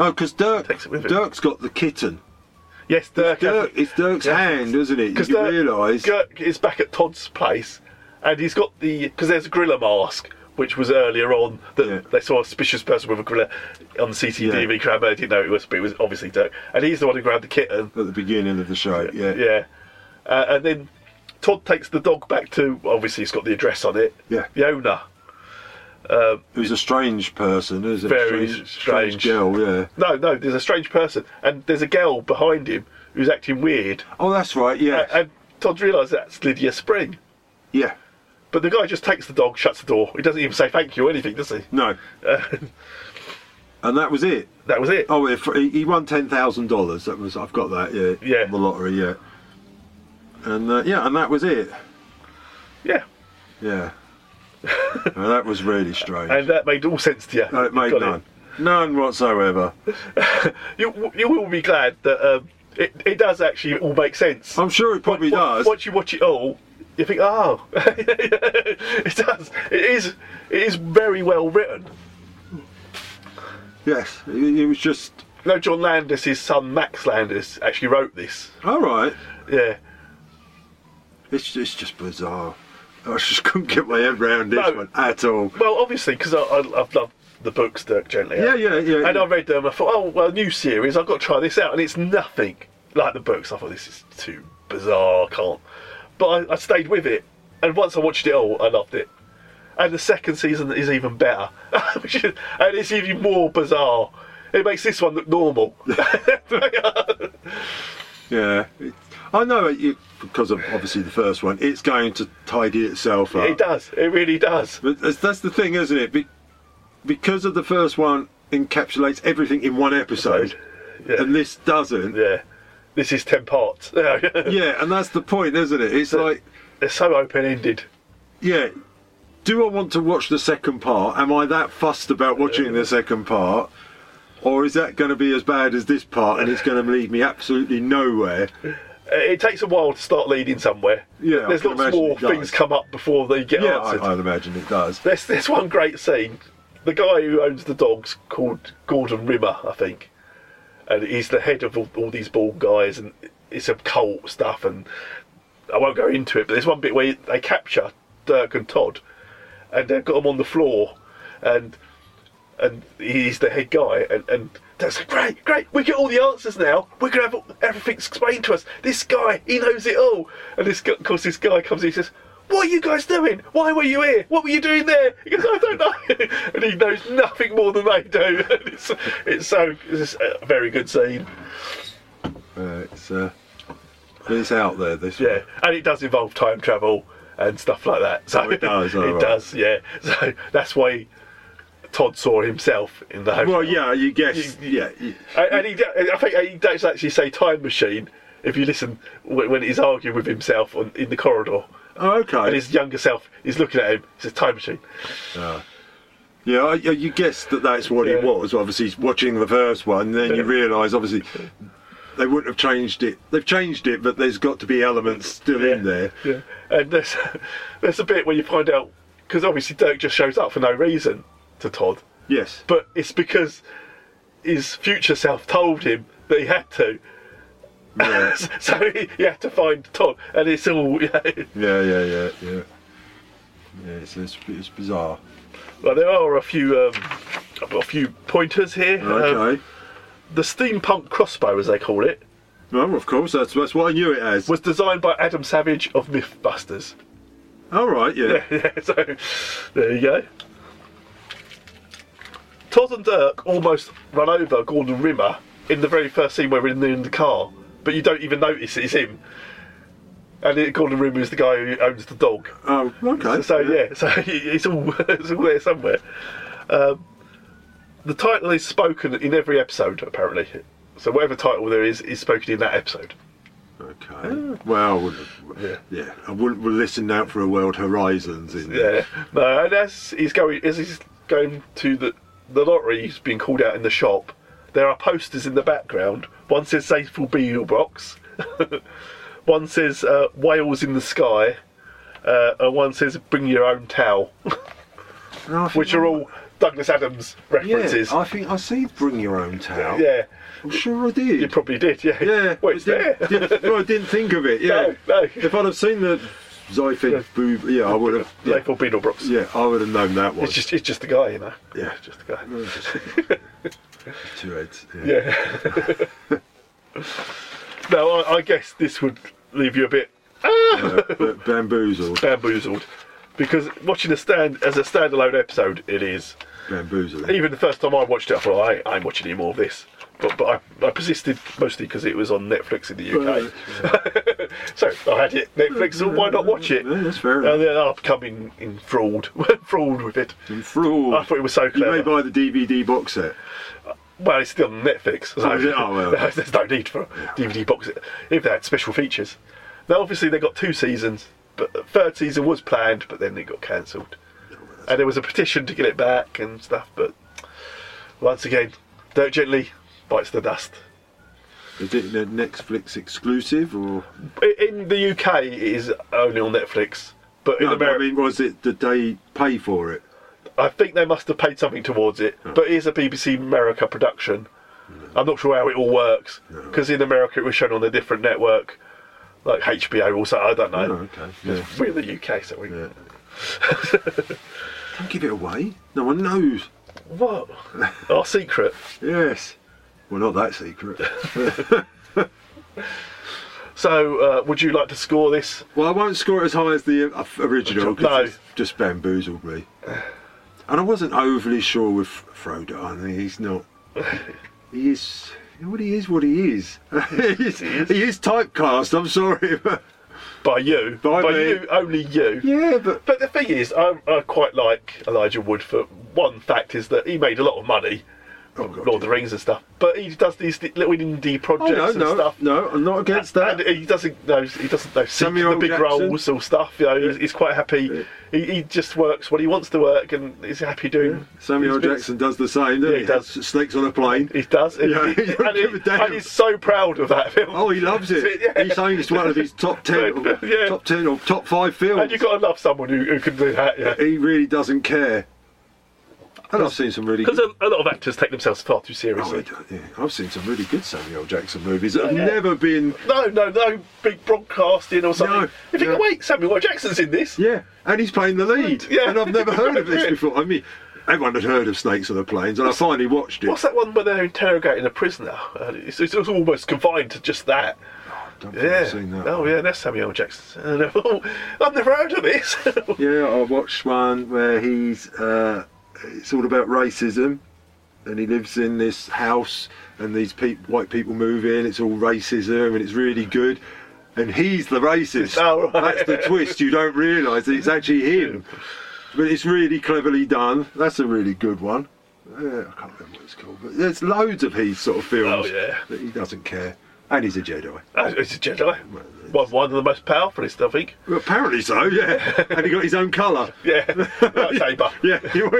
Speaker 3: Oh, because Dirk
Speaker 2: with him.
Speaker 3: Dirk's got the kitten.
Speaker 2: Yes, Dirk.
Speaker 3: It's Dirk- it's Dirk's hand, isn't it? [LAUGHS] You realise.
Speaker 2: Dirk is back at Todd's place, and he's got the because there's a gorilla mask, which was earlier on that they saw a suspicious person with a gorilla on the CCTV camera. They didn't know it was, but it was obviously Dirk, and he's the one who grabbed the kitten.
Speaker 3: At the beginning of the show, yeah.
Speaker 2: Yeah. Uh, and then Todd takes the dog back to, obviously, it's got the address on it.
Speaker 3: Yeah.
Speaker 2: The owner. Um,
Speaker 3: Who's a strange person, isn't it?
Speaker 2: very
Speaker 3: Strange-
Speaker 2: strange.
Speaker 3: girl, yeah.
Speaker 2: No, no, there's a strange person, and there's a girl behind him who's acting weird.
Speaker 3: Oh, that's right, yeah.
Speaker 2: Uh, And Todd realises that's Lydia Spring.
Speaker 3: Yeah.
Speaker 2: But the guy just takes the dog, shuts the door. He doesn't even say thank you or anything, does he? [LAUGHS]
Speaker 3: No. and that was it.
Speaker 2: That was it.
Speaker 3: Oh, if, he he won ten thousand dollars. That was I've got that. Yeah. Yeah. The lottery. Yeah. And uh, yeah, and that was it.
Speaker 2: Yeah. [LAUGHS]
Speaker 3: Yeah. Now, that was really strange.
Speaker 2: And that made all sense to you.
Speaker 3: No, it made
Speaker 2: Got it.
Speaker 3: none. None whatsoever.
Speaker 2: you you will be glad that um, it it does actually all make sense.
Speaker 3: I'm sure it probably does.
Speaker 2: Once you watch it all, you think, oh, [LAUGHS] it does. It is it is very well written.
Speaker 3: Yes, it, it was just.
Speaker 2: No, John Landis's son Max Landis actually wrote this.
Speaker 3: All right.
Speaker 2: Yeah.
Speaker 3: It's it's just bizarre. I just [LAUGHS] couldn't get my head round this one at all.
Speaker 2: Well, obviously, because I, I, I've loved the books, Dirk Gently.
Speaker 3: Yeah, yeah, yeah,
Speaker 2: And
Speaker 3: yeah.
Speaker 2: I read them. I thought, oh, well, new series. I've got to try this out, and it's nothing like the books. I thought this is too bizarre. I can't. But I, I stayed with it, and once I watched it all, I loved it. And the second season is even better, [LAUGHS] Which is- and it's even more bizarre. [LAUGHS] It makes this one look normal.
Speaker 3: Yeah. It- I know it, you, because of obviously the first one, it's going to tidy itself up.
Speaker 2: It does. It really does.
Speaker 3: But that's, that's the thing, isn't it? Be- because of the first one encapsulates everything in one episode, and this doesn't.
Speaker 2: Yeah, this is ten parts. [LAUGHS]
Speaker 3: yeah, and that's the point, isn't it? It's like
Speaker 2: they're so open ended.
Speaker 3: Yeah. Do I want to watch the second part? Am I that fussed about watching the second part? Or is that going to be as bad as this part and it's going to lead me absolutely nowhere?
Speaker 2: Uh, It takes a while to start leading somewhere.
Speaker 3: Yeah, I
Speaker 2: there's
Speaker 3: can
Speaker 2: lots
Speaker 3: imagine
Speaker 2: more
Speaker 3: it does.
Speaker 2: things come up before they get
Speaker 3: yeah,
Speaker 2: answered.
Speaker 3: I, I'd imagine it does.
Speaker 2: There's there's one great scene. The guy who owns the dogs called Gordon Rimmer, I think, and he's the head of all, all these bald guys, and it's a cult stuff. And I won't go into it, but there's one bit where they capture Dirk and Todd, and they've got them on the floor, and and he's the head guy, and and that's like, great, great. We get all the answers now. We're gonna have all- everything explained to us. This guy, he knows it all. And this, gu- of course, this guy comes. in, He says, "What are you guys doing? Why were you here? What were you doing there?" [LAUGHS] He goes, "I don't know," [LAUGHS] and he knows nothing more than they do. [LAUGHS] And it's it's so it's just a very good scene.
Speaker 3: Uh, it's, uh, but it's out there, this
Speaker 2: Yeah, and it does involve time travel and stuff like that. So
Speaker 3: Oh, it
Speaker 2: [LAUGHS]
Speaker 3: does,
Speaker 2: it
Speaker 3: alright.
Speaker 2: does. Yeah. So that's why Todd saw himself in the. Well,
Speaker 3: yeah, you guess. yeah.
Speaker 2: And, and he, d- I think he does actually say time machine if you listen when, when he's arguing with himself on, in the corridor.
Speaker 3: Oh, okay.
Speaker 2: And his younger self is looking at him. He says time machine.
Speaker 3: Yeah. Yeah, I- yeah, you guessed that that's what it was. Obviously, watching the first one, then you realise, obviously, they wouldn't have changed it. They've changed it, but there's got to be elements still in there.
Speaker 2: Yeah. And there's [LAUGHS] there's a bit where you find out because obviously Dirk just shows up for no reason to Todd.
Speaker 3: Yes.
Speaker 2: [LAUGHS] But it's because his future self told him that he had to. [LAUGHS] so he, he had to find Todd, and it's all. [LAUGHS] You know,
Speaker 3: Yeah, yeah, yeah, yeah. Yeah, it's, it's, it's bizarre.
Speaker 2: Well, there are a few um, I've got a few pointers here.
Speaker 3: Uh,
Speaker 2: Um,
Speaker 3: Okay.
Speaker 2: the steampunk crossbow, as they call it.
Speaker 3: Well, of course, that's that's what I knew it as.
Speaker 2: Was designed by Adam Savage of MythBusters. [LAUGHS]
Speaker 3: All right, yeah.
Speaker 2: Yeah, yeah, so there you go. Todd and Dirk almost run over Gordon Rimmer in the very first scene where we're in the, in the car, but you don't even notice it's him. And it, Gordon Rimmer is the guy who owns the dog.
Speaker 3: Oh,
Speaker 2: So,
Speaker 3: okay.
Speaker 2: so, yeah. [LAUGHS] so it's all it's all there somewhere. Um, the title is spoken in every episode, apparently. So whatever title there is is spoken in that episode.
Speaker 3: Okay. Well, I wouldn't have- yeah. I wouldn't have listened out for a World Horizons in there.
Speaker 2: Yeah. No, and as he's going, as he's going to the the lottery's being called out in the shop. There are posters in the background. One says "Safeful Beetle Box," [LAUGHS] one says uh, "Whales in the Sky," uh, and one says "Bring Your Own Towel," [LAUGHS] which are all Douglas Adams references.
Speaker 3: I think I see Bring Your Own
Speaker 2: [LAUGHS]
Speaker 3: Towel.
Speaker 2: Yeah.
Speaker 3: I'm sure I did.
Speaker 2: You probably did, yeah.
Speaker 3: Yeah.
Speaker 2: [LAUGHS] Well, it's
Speaker 3: I didn't-
Speaker 2: there.
Speaker 3: didn't- well, I didn't think of [LAUGHS] it, yeah.
Speaker 2: No, no.
Speaker 3: If I'd have seen the Zyfig boob, yeah, I would have. Yeah.
Speaker 2: Zyfig Beetlebrox.
Speaker 3: Yeah, I would have known that one.
Speaker 2: It's just, it's just a guy, you know.
Speaker 3: Yeah.
Speaker 2: It's just a guy.
Speaker 3: [LAUGHS] Two heads.
Speaker 2: Yeah. no, I, I guess this would leave you a bit
Speaker 3: Yeah, but bamboozled.
Speaker 2: bamboozled because watching a stand as a standalone episode, it is.
Speaker 3: Bamboozled.
Speaker 2: Even the first time I watched it, I thought I, I ain't watching any more of this. But, but I, I persisted mostly because it was on Netflix in the UK. [LAUGHS] so I had it Netflix, so why not watch it?
Speaker 3: that's fair
Speaker 2: And then I've come in, in fraud, [LAUGHS] fraud with it.
Speaker 3: Enthralled.
Speaker 2: I thought it was so
Speaker 3: You
Speaker 2: clever.
Speaker 3: may buy the DVD box set.
Speaker 2: Well, it's still on Netflix, so
Speaker 3: Oh, is it? Oh, well.
Speaker 2: [LAUGHS] there's no need for a DVD box set if they had special features. Now, obviously, they got two seasons, but the third season was planned, but then it got cancelled. And there was a petition to get it back and stuff, but once again, Dirk Gently bites the dust.
Speaker 3: Is it a Netflix exclusive or?
Speaker 2: I- In the UK, it is only on Netflix, but in
Speaker 3: No, but I
Speaker 2: America,
Speaker 3: mean, was it did they pay for it?
Speaker 2: I think they must have paid something towards it,
Speaker 3: Hmm.
Speaker 2: but it is a BBC America production. I'm not sure how it all works because in America it was shown on a different network, like HBO or something. I don't know.
Speaker 3: Oh, okay. Yeah.
Speaker 2: 'Cause We're in the UK, so we.
Speaker 3: Don't give it away. No one knows.
Speaker 2: What? Our secret.
Speaker 3: Yes. Well, not that
Speaker 2: [LAUGHS]
Speaker 3: secret.
Speaker 2: So, uh, would you like to score this?
Speaker 3: well, I won't score it as high as the uh, original. 'cause
Speaker 2: No.
Speaker 3: it's Just bamboozled me. And I wasn't overly sure with Frodo. I mean, he's not. He is. What he is, what he is. [LAUGHS] He's- He is typecast. I'm sorry.
Speaker 2: By you,
Speaker 3: by,
Speaker 2: By
Speaker 3: me.
Speaker 2: you, only you.
Speaker 3: Yeah, but
Speaker 2: the thing is, I, I quite like Elijah Wood for one fact is that he made a lot of money,
Speaker 3: oh,
Speaker 2: from Lord of the Rings and stuff. But he does these di- little indie projects
Speaker 3: no,
Speaker 2: and
Speaker 3: no,
Speaker 2: stuff.
Speaker 3: No, I'm not against that.
Speaker 2: And he doesn't know. He doesn't know seek
Speaker 3: Samuel
Speaker 2: the big
Speaker 3: Jackson.
Speaker 2: roles or stuff. You know, he's, he's quite happy. He, he just works when he wants to work, and he's happy doing.
Speaker 3: Samuel
Speaker 2: his bits.
Speaker 3: Jackson does the same, doesn't
Speaker 2: Yeah,
Speaker 3: he?
Speaker 2: he does.
Speaker 3: Snakes on a plane.
Speaker 2: He does. And,
Speaker 3: Yeah, [LAUGHS]
Speaker 2: he-
Speaker 3: you
Speaker 2: and he- and he's so proud of that film.
Speaker 3: Oh, he loves it.
Speaker 2: [LAUGHS] Yeah.
Speaker 3: He's saying it's one of his top
Speaker 2: [LAUGHS]
Speaker 3: ten, [LAUGHS] or
Speaker 2: Yeah.
Speaker 3: top ten or top five films.
Speaker 2: And you've got to love someone who, who can do that. Yeah.
Speaker 3: He really doesn't care. And I've seen some really.
Speaker 2: Because a, a lot of actors take themselves far too seriously.
Speaker 3: Yeah, I've seen some really good Samuel Jackson movies that have
Speaker 2: Yeah.
Speaker 3: never been.
Speaker 2: No, no, no big broadcasting or something.
Speaker 3: No,
Speaker 2: you think,
Speaker 3: no.
Speaker 2: wait, Samuel L. Jackson's in this.
Speaker 3: Yeah, and he's playing the lead.
Speaker 2: Yeah.
Speaker 3: And I've never heard
Speaker 2: [LAUGHS]
Speaker 3: of this before. I mean, everyone had heard of Snakes on the Plains, and I finally watched it.
Speaker 2: What's that one where they're interrogating a prisoner? And it's, it's almost confined to just that. yeah.
Speaker 3: I've seen that.
Speaker 2: Oh yeah, that's Samuel L. Jackson. [LAUGHS] And, oh, I've never heard of this. [LAUGHS]
Speaker 3: yeah, I watched one where he's uh, it's all about racism, and he lives in this house, and these peop white people move in. It's all racism, and it's really good. And he's the racist.
Speaker 2: [LAUGHS] Oh, right.
Speaker 3: That's the twist. You don't realise it's actually him. But it's really cleverly done. That's a really good one. Uh, I can't remember what it's called, but there's loads of his sort of films.
Speaker 2: Oh, yeah.
Speaker 3: That he doesn't care, and he's a Jedi.
Speaker 2: Oh, It's a Jedi. One, one of the most powerful, I think.
Speaker 3: Well, apparently so, yeah. and he got his own colour. [LAUGHS]
Speaker 2: Yeah, lightsaber.
Speaker 3: yeah, you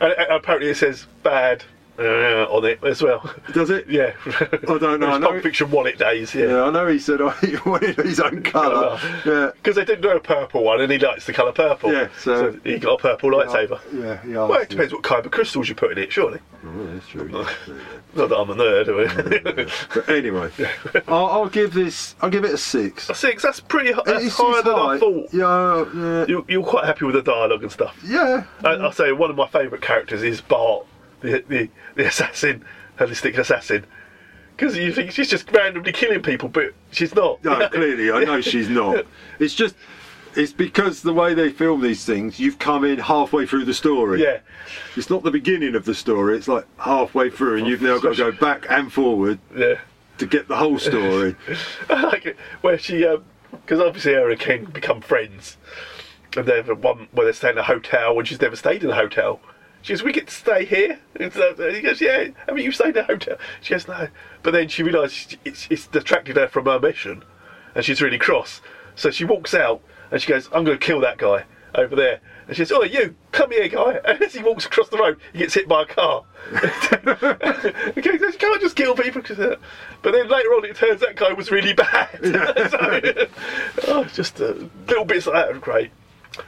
Speaker 2: and, and apparently it says bad uh, on it as well. [LAUGHS]
Speaker 3: Does it?
Speaker 2: Yeah. I
Speaker 3: don't know,
Speaker 2: [LAUGHS]
Speaker 3: I
Speaker 2: It's
Speaker 3: know
Speaker 2: Pulp
Speaker 3: it-
Speaker 2: Fiction wallet days. Yeah.
Speaker 3: Yeah, I know he said [LAUGHS] oh, he wanted his own colour. Yeah.
Speaker 2: Because they didn't know a purple one, and he likes the colour purple.
Speaker 3: Yeah, so-
Speaker 2: he got a purple lightsaber.
Speaker 3: Yeah, yeah.
Speaker 2: well, it depends what kyber crystals you put in it, surely.
Speaker 3: Oh, that's true.
Speaker 2: Not that I'm a nerd.
Speaker 3: but anyway, I'll, I'll give this. I'll give it a six.
Speaker 2: A [LAUGHS] six. That's pretty. hi- That's
Speaker 3: It's-
Speaker 2: higher
Speaker 3: it's
Speaker 2: than
Speaker 3: high.
Speaker 2: I thought.
Speaker 3: Yeah,
Speaker 2: You, you're quite happy with the dialogue and stuff.
Speaker 3: Yeah.
Speaker 2: I, I'll say one of my favourite characters is Bart, the the, the assassin, holistic assassin. Because you think she's just randomly killing people, but she's not. [LAUGHS]
Speaker 3: No, clearly, I know she's not. It's just, it's because the way they film these things, you've come in halfway through the story.
Speaker 2: Yeah.
Speaker 3: It's not the beginning of the story. It's like halfway through, and you've now got to go back and forward
Speaker 2: Yeah. [LAUGHS]
Speaker 3: to get the whole story.
Speaker 2: I like it where she, because obviously her and Ken become friends, and they're the one where they stay in a hotel when she's never stayed in a hotel. She goes, "We get to stay here." It's, uh, He goes, "Yeah, I mean, you stayed in a hotel." She goes, "No," but then she realises it's, it's detracted her from her mission, and she's really cross. So she walks out and she goes, "I'm going to kill that guy over there." And she says, "Oh, you come here, guy!" [LAUGHS] And as he walks across the road, he gets hit by a car. [LAUGHS] Okay, you can't just kill people. 'cause, uh, but then later on, it turns that guy was really bad. [LAUGHS] so, [LAUGHS] oh, just uh, little bits like that are great.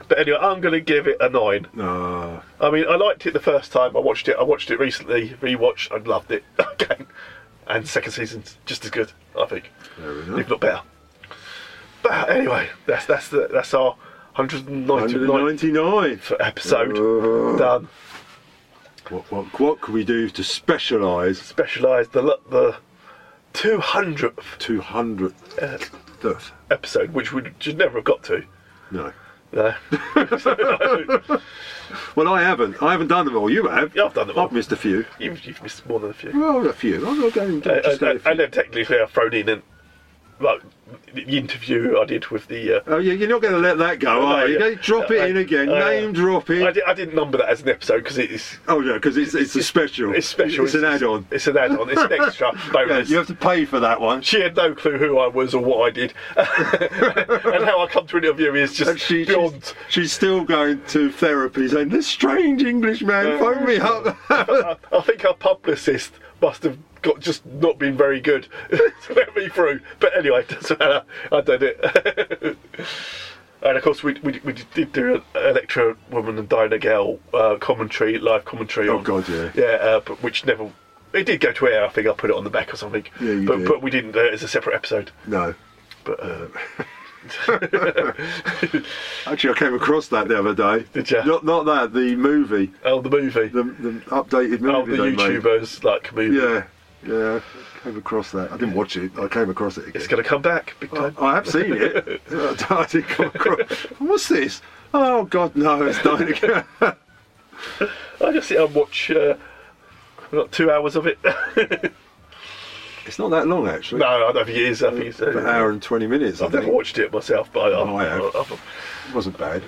Speaker 2: But anyway, I'm going to give it a nine.
Speaker 3: No.
Speaker 2: I mean, I liked it the first time I watched it. I watched it recently, rewatched, and loved it [LAUGHS] again. And second season's just as good, I think,
Speaker 3: Fair enough.
Speaker 2: if not better. But anyway, that's that's the, that's our 199th
Speaker 3: 199.
Speaker 2: episode
Speaker 3: Oh.
Speaker 2: done.
Speaker 3: What, what, what could we do to specialise?
Speaker 2: Specialised the lo- the 200th
Speaker 3: 200th
Speaker 2: uh,
Speaker 3: Duff.
Speaker 2: episode, which we should never have got to.
Speaker 3: No. [LAUGHS]
Speaker 2: No. [LAUGHS]
Speaker 3: Well, I haven't. I haven't done them all. You have.
Speaker 2: Yeah, I've done them all.
Speaker 3: I've missed a few.
Speaker 2: You've, you've missed more than a few.
Speaker 3: Well, a few. I'm not going
Speaker 2: I,
Speaker 3: to. just go-
Speaker 2: I, I, I know uh, technically I've thrown in and like the interview I did with the. Uh,
Speaker 3: Oh, yeah, you're not going to let that go,
Speaker 2: No,
Speaker 3: are you?
Speaker 2: yeah.
Speaker 3: Go- Drop it
Speaker 2: I-
Speaker 3: in again.
Speaker 2: I-
Speaker 3: Name drop
Speaker 2: I,
Speaker 3: it.
Speaker 2: di- I didn't number that as an episode because it's
Speaker 3: Oh no, because it's it's a special.
Speaker 2: it's special.
Speaker 3: It's, an add-on.
Speaker 2: It's an add-on. It's an extra
Speaker 3: [LAUGHS] Yeah,
Speaker 2: bonus.
Speaker 3: you have to pay for that one.
Speaker 2: She had no clue who I was or what I
Speaker 3: [LAUGHS]
Speaker 2: did, [LAUGHS] and how I come to interview is just
Speaker 3: And she-
Speaker 2: beyond.
Speaker 3: She's still going to therapy, saying this strange English man phoned me up. [LAUGHS]
Speaker 2: I, I think our publicist must have got just not been very good [LAUGHS] to let me through. But anyway, [LAUGHS] doesn't matter. I did it. [LAUGHS] and of course, we, we, we did do an Electra Woman and Dinah Gale uh, commentary, live commentary.
Speaker 3: Oh,
Speaker 2: on,
Speaker 3: God, yeah.
Speaker 2: Yeah, uh, but which never. It did go to air, I think. I put it on the back or something.
Speaker 3: Yeah, you
Speaker 2: but,
Speaker 3: did.
Speaker 2: but we didn't do it as a separate
Speaker 3: [LAUGHS]
Speaker 2: episode.
Speaker 3: No,
Speaker 2: But uh,
Speaker 3: actually, I came across that the other day.
Speaker 2: Did ya?
Speaker 3: Not not that the movie,
Speaker 2: oh, the movie.
Speaker 3: the, the updated movie.
Speaker 2: oh, the
Speaker 3: they made.
Speaker 2: YouTubers like movie.
Speaker 3: Yeah, yeah. I Came across that. I didn't watch it. I came across it again.
Speaker 2: It's going to come back big time.
Speaker 3: I have seen
Speaker 2: [LAUGHS]
Speaker 3: it. I did come across. [LAUGHS] What's this? Oh God, no! It's not again. [LAUGHS]
Speaker 2: I just sit and watch uh, about two hours of it. [LAUGHS]
Speaker 3: It's not that long actually.
Speaker 2: No, I don't think it is. I think it's uh,
Speaker 3: an hour and twenty minutes. I
Speaker 2: I've never
Speaker 3: think.
Speaker 2: watched it myself, but I,
Speaker 3: Oh, I
Speaker 2: I-
Speaker 3: have.
Speaker 2: I- I-
Speaker 3: It wasn't bad.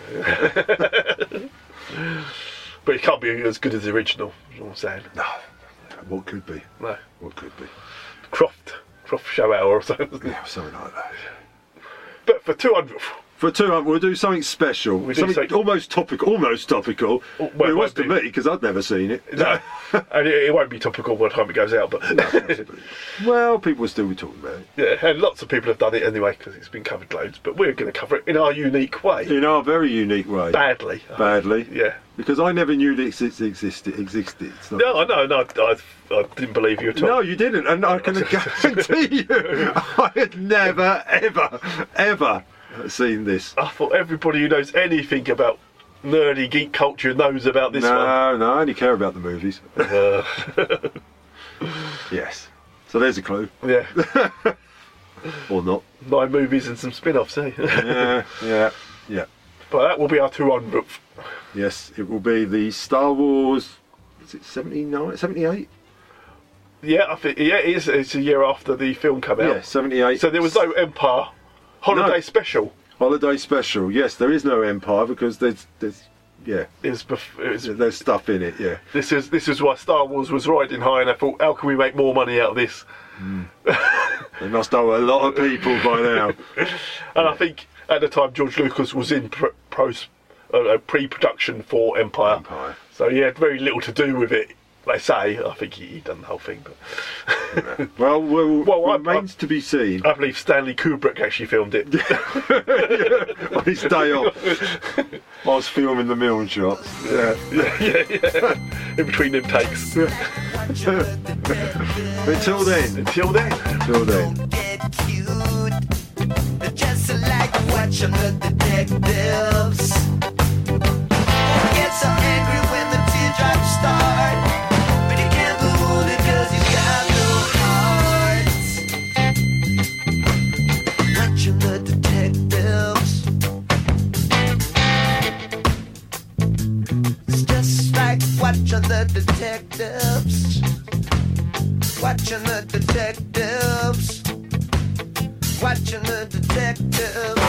Speaker 2: but it can't be as good as the original. is what I'm saying. No,
Speaker 3: What could be?
Speaker 2: no.
Speaker 3: What could be?
Speaker 2: Croft, Croft show hour or something. Yeah,
Speaker 3: something like that.
Speaker 2: But for two hundred,
Speaker 3: For two hundred, we'll do something special.
Speaker 2: We do
Speaker 3: something
Speaker 2: something- Oh,
Speaker 3: almost topical. Almost topical. Well, it was to me because I'd never seen it.
Speaker 2: no, [LAUGHS] and it, it won't be topical by the time it goes out. But [LAUGHS]
Speaker 3: well, people still be talking about it.
Speaker 2: yeah, and lots of people have done it anyway because it's been covered loads. But we're going to cover it in our unique way,
Speaker 3: In our very unique way.
Speaker 2: badly.
Speaker 3: Badly.
Speaker 2: Yeah.
Speaker 3: Because I never knew that it ex- existed. existed. It's not-
Speaker 2: No, I know, no, I, I didn't believe you at all.
Speaker 3: No, you didn't, and I [LAUGHS] can guarantee you, I had never, ever, ever seen this.
Speaker 2: I thought everybody who knows anything about nerdy geek culture knows about this
Speaker 3: no,
Speaker 2: one.
Speaker 3: no, I only care about the movies. [LAUGHS] yes. So there's a clue,
Speaker 2: Yeah,
Speaker 3: or not?
Speaker 2: nine movies and some spin-offs, eh? [LAUGHS]
Speaker 3: Yeah, yeah, yeah.
Speaker 2: But that will be our 200th.
Speaker 3: Yes, it will be the Star Wars. Is it 79, 78?
Speaker 2: Yeah, I think yeah, it is. It's a year after the film came out.
Speaker 3: Yeah, 78.
Speaker 2: So there was no Empire holiday
Speaker 3: No.
Speaker 2: special.
Speaker 3: Holiday special. Yes, there is no Empire because there's, there's, yeah,
Speaker 2: It's bef- it's,
Speaker 3: there's stuff in it. Yeah.
Speaker 2: this is this is why Star Wars was riding high, and I thought, how can we make more money out of this?
Speaker 3: They must owe a lot of people by now.
Speaker 2: And I think at the time George Lucas was in pr- pros, uh, pre-production for Empire. so he had very little to do with it. They say. I think he, he done the whole thing, but
Speaker 3: well, well,
Speaker 2: I-
Speaker 3: remains to be seen.
Speaker 2: [LAUGHS]
Speaker 3: [LAUGHS]
Speaker 2: I believe Stanley Kubrick actually filmed it.
Speaker 3: On his day off, I was filming the mill shop. Yeah.
Speaker 2: yeah, yeah. [LAUGHS] In between them takes.
Speaker 3: [LAUGHS] Until then.
Speaker 2: Until then.
Speaker 3: Until then.
Speaker 18: Just like watching the detectives. Get so angry when the teardrops start. But you can't believe it 'cause you got no heart. Watching the detectives. It's just like watching the detectives. Watching the detectives watching the detective.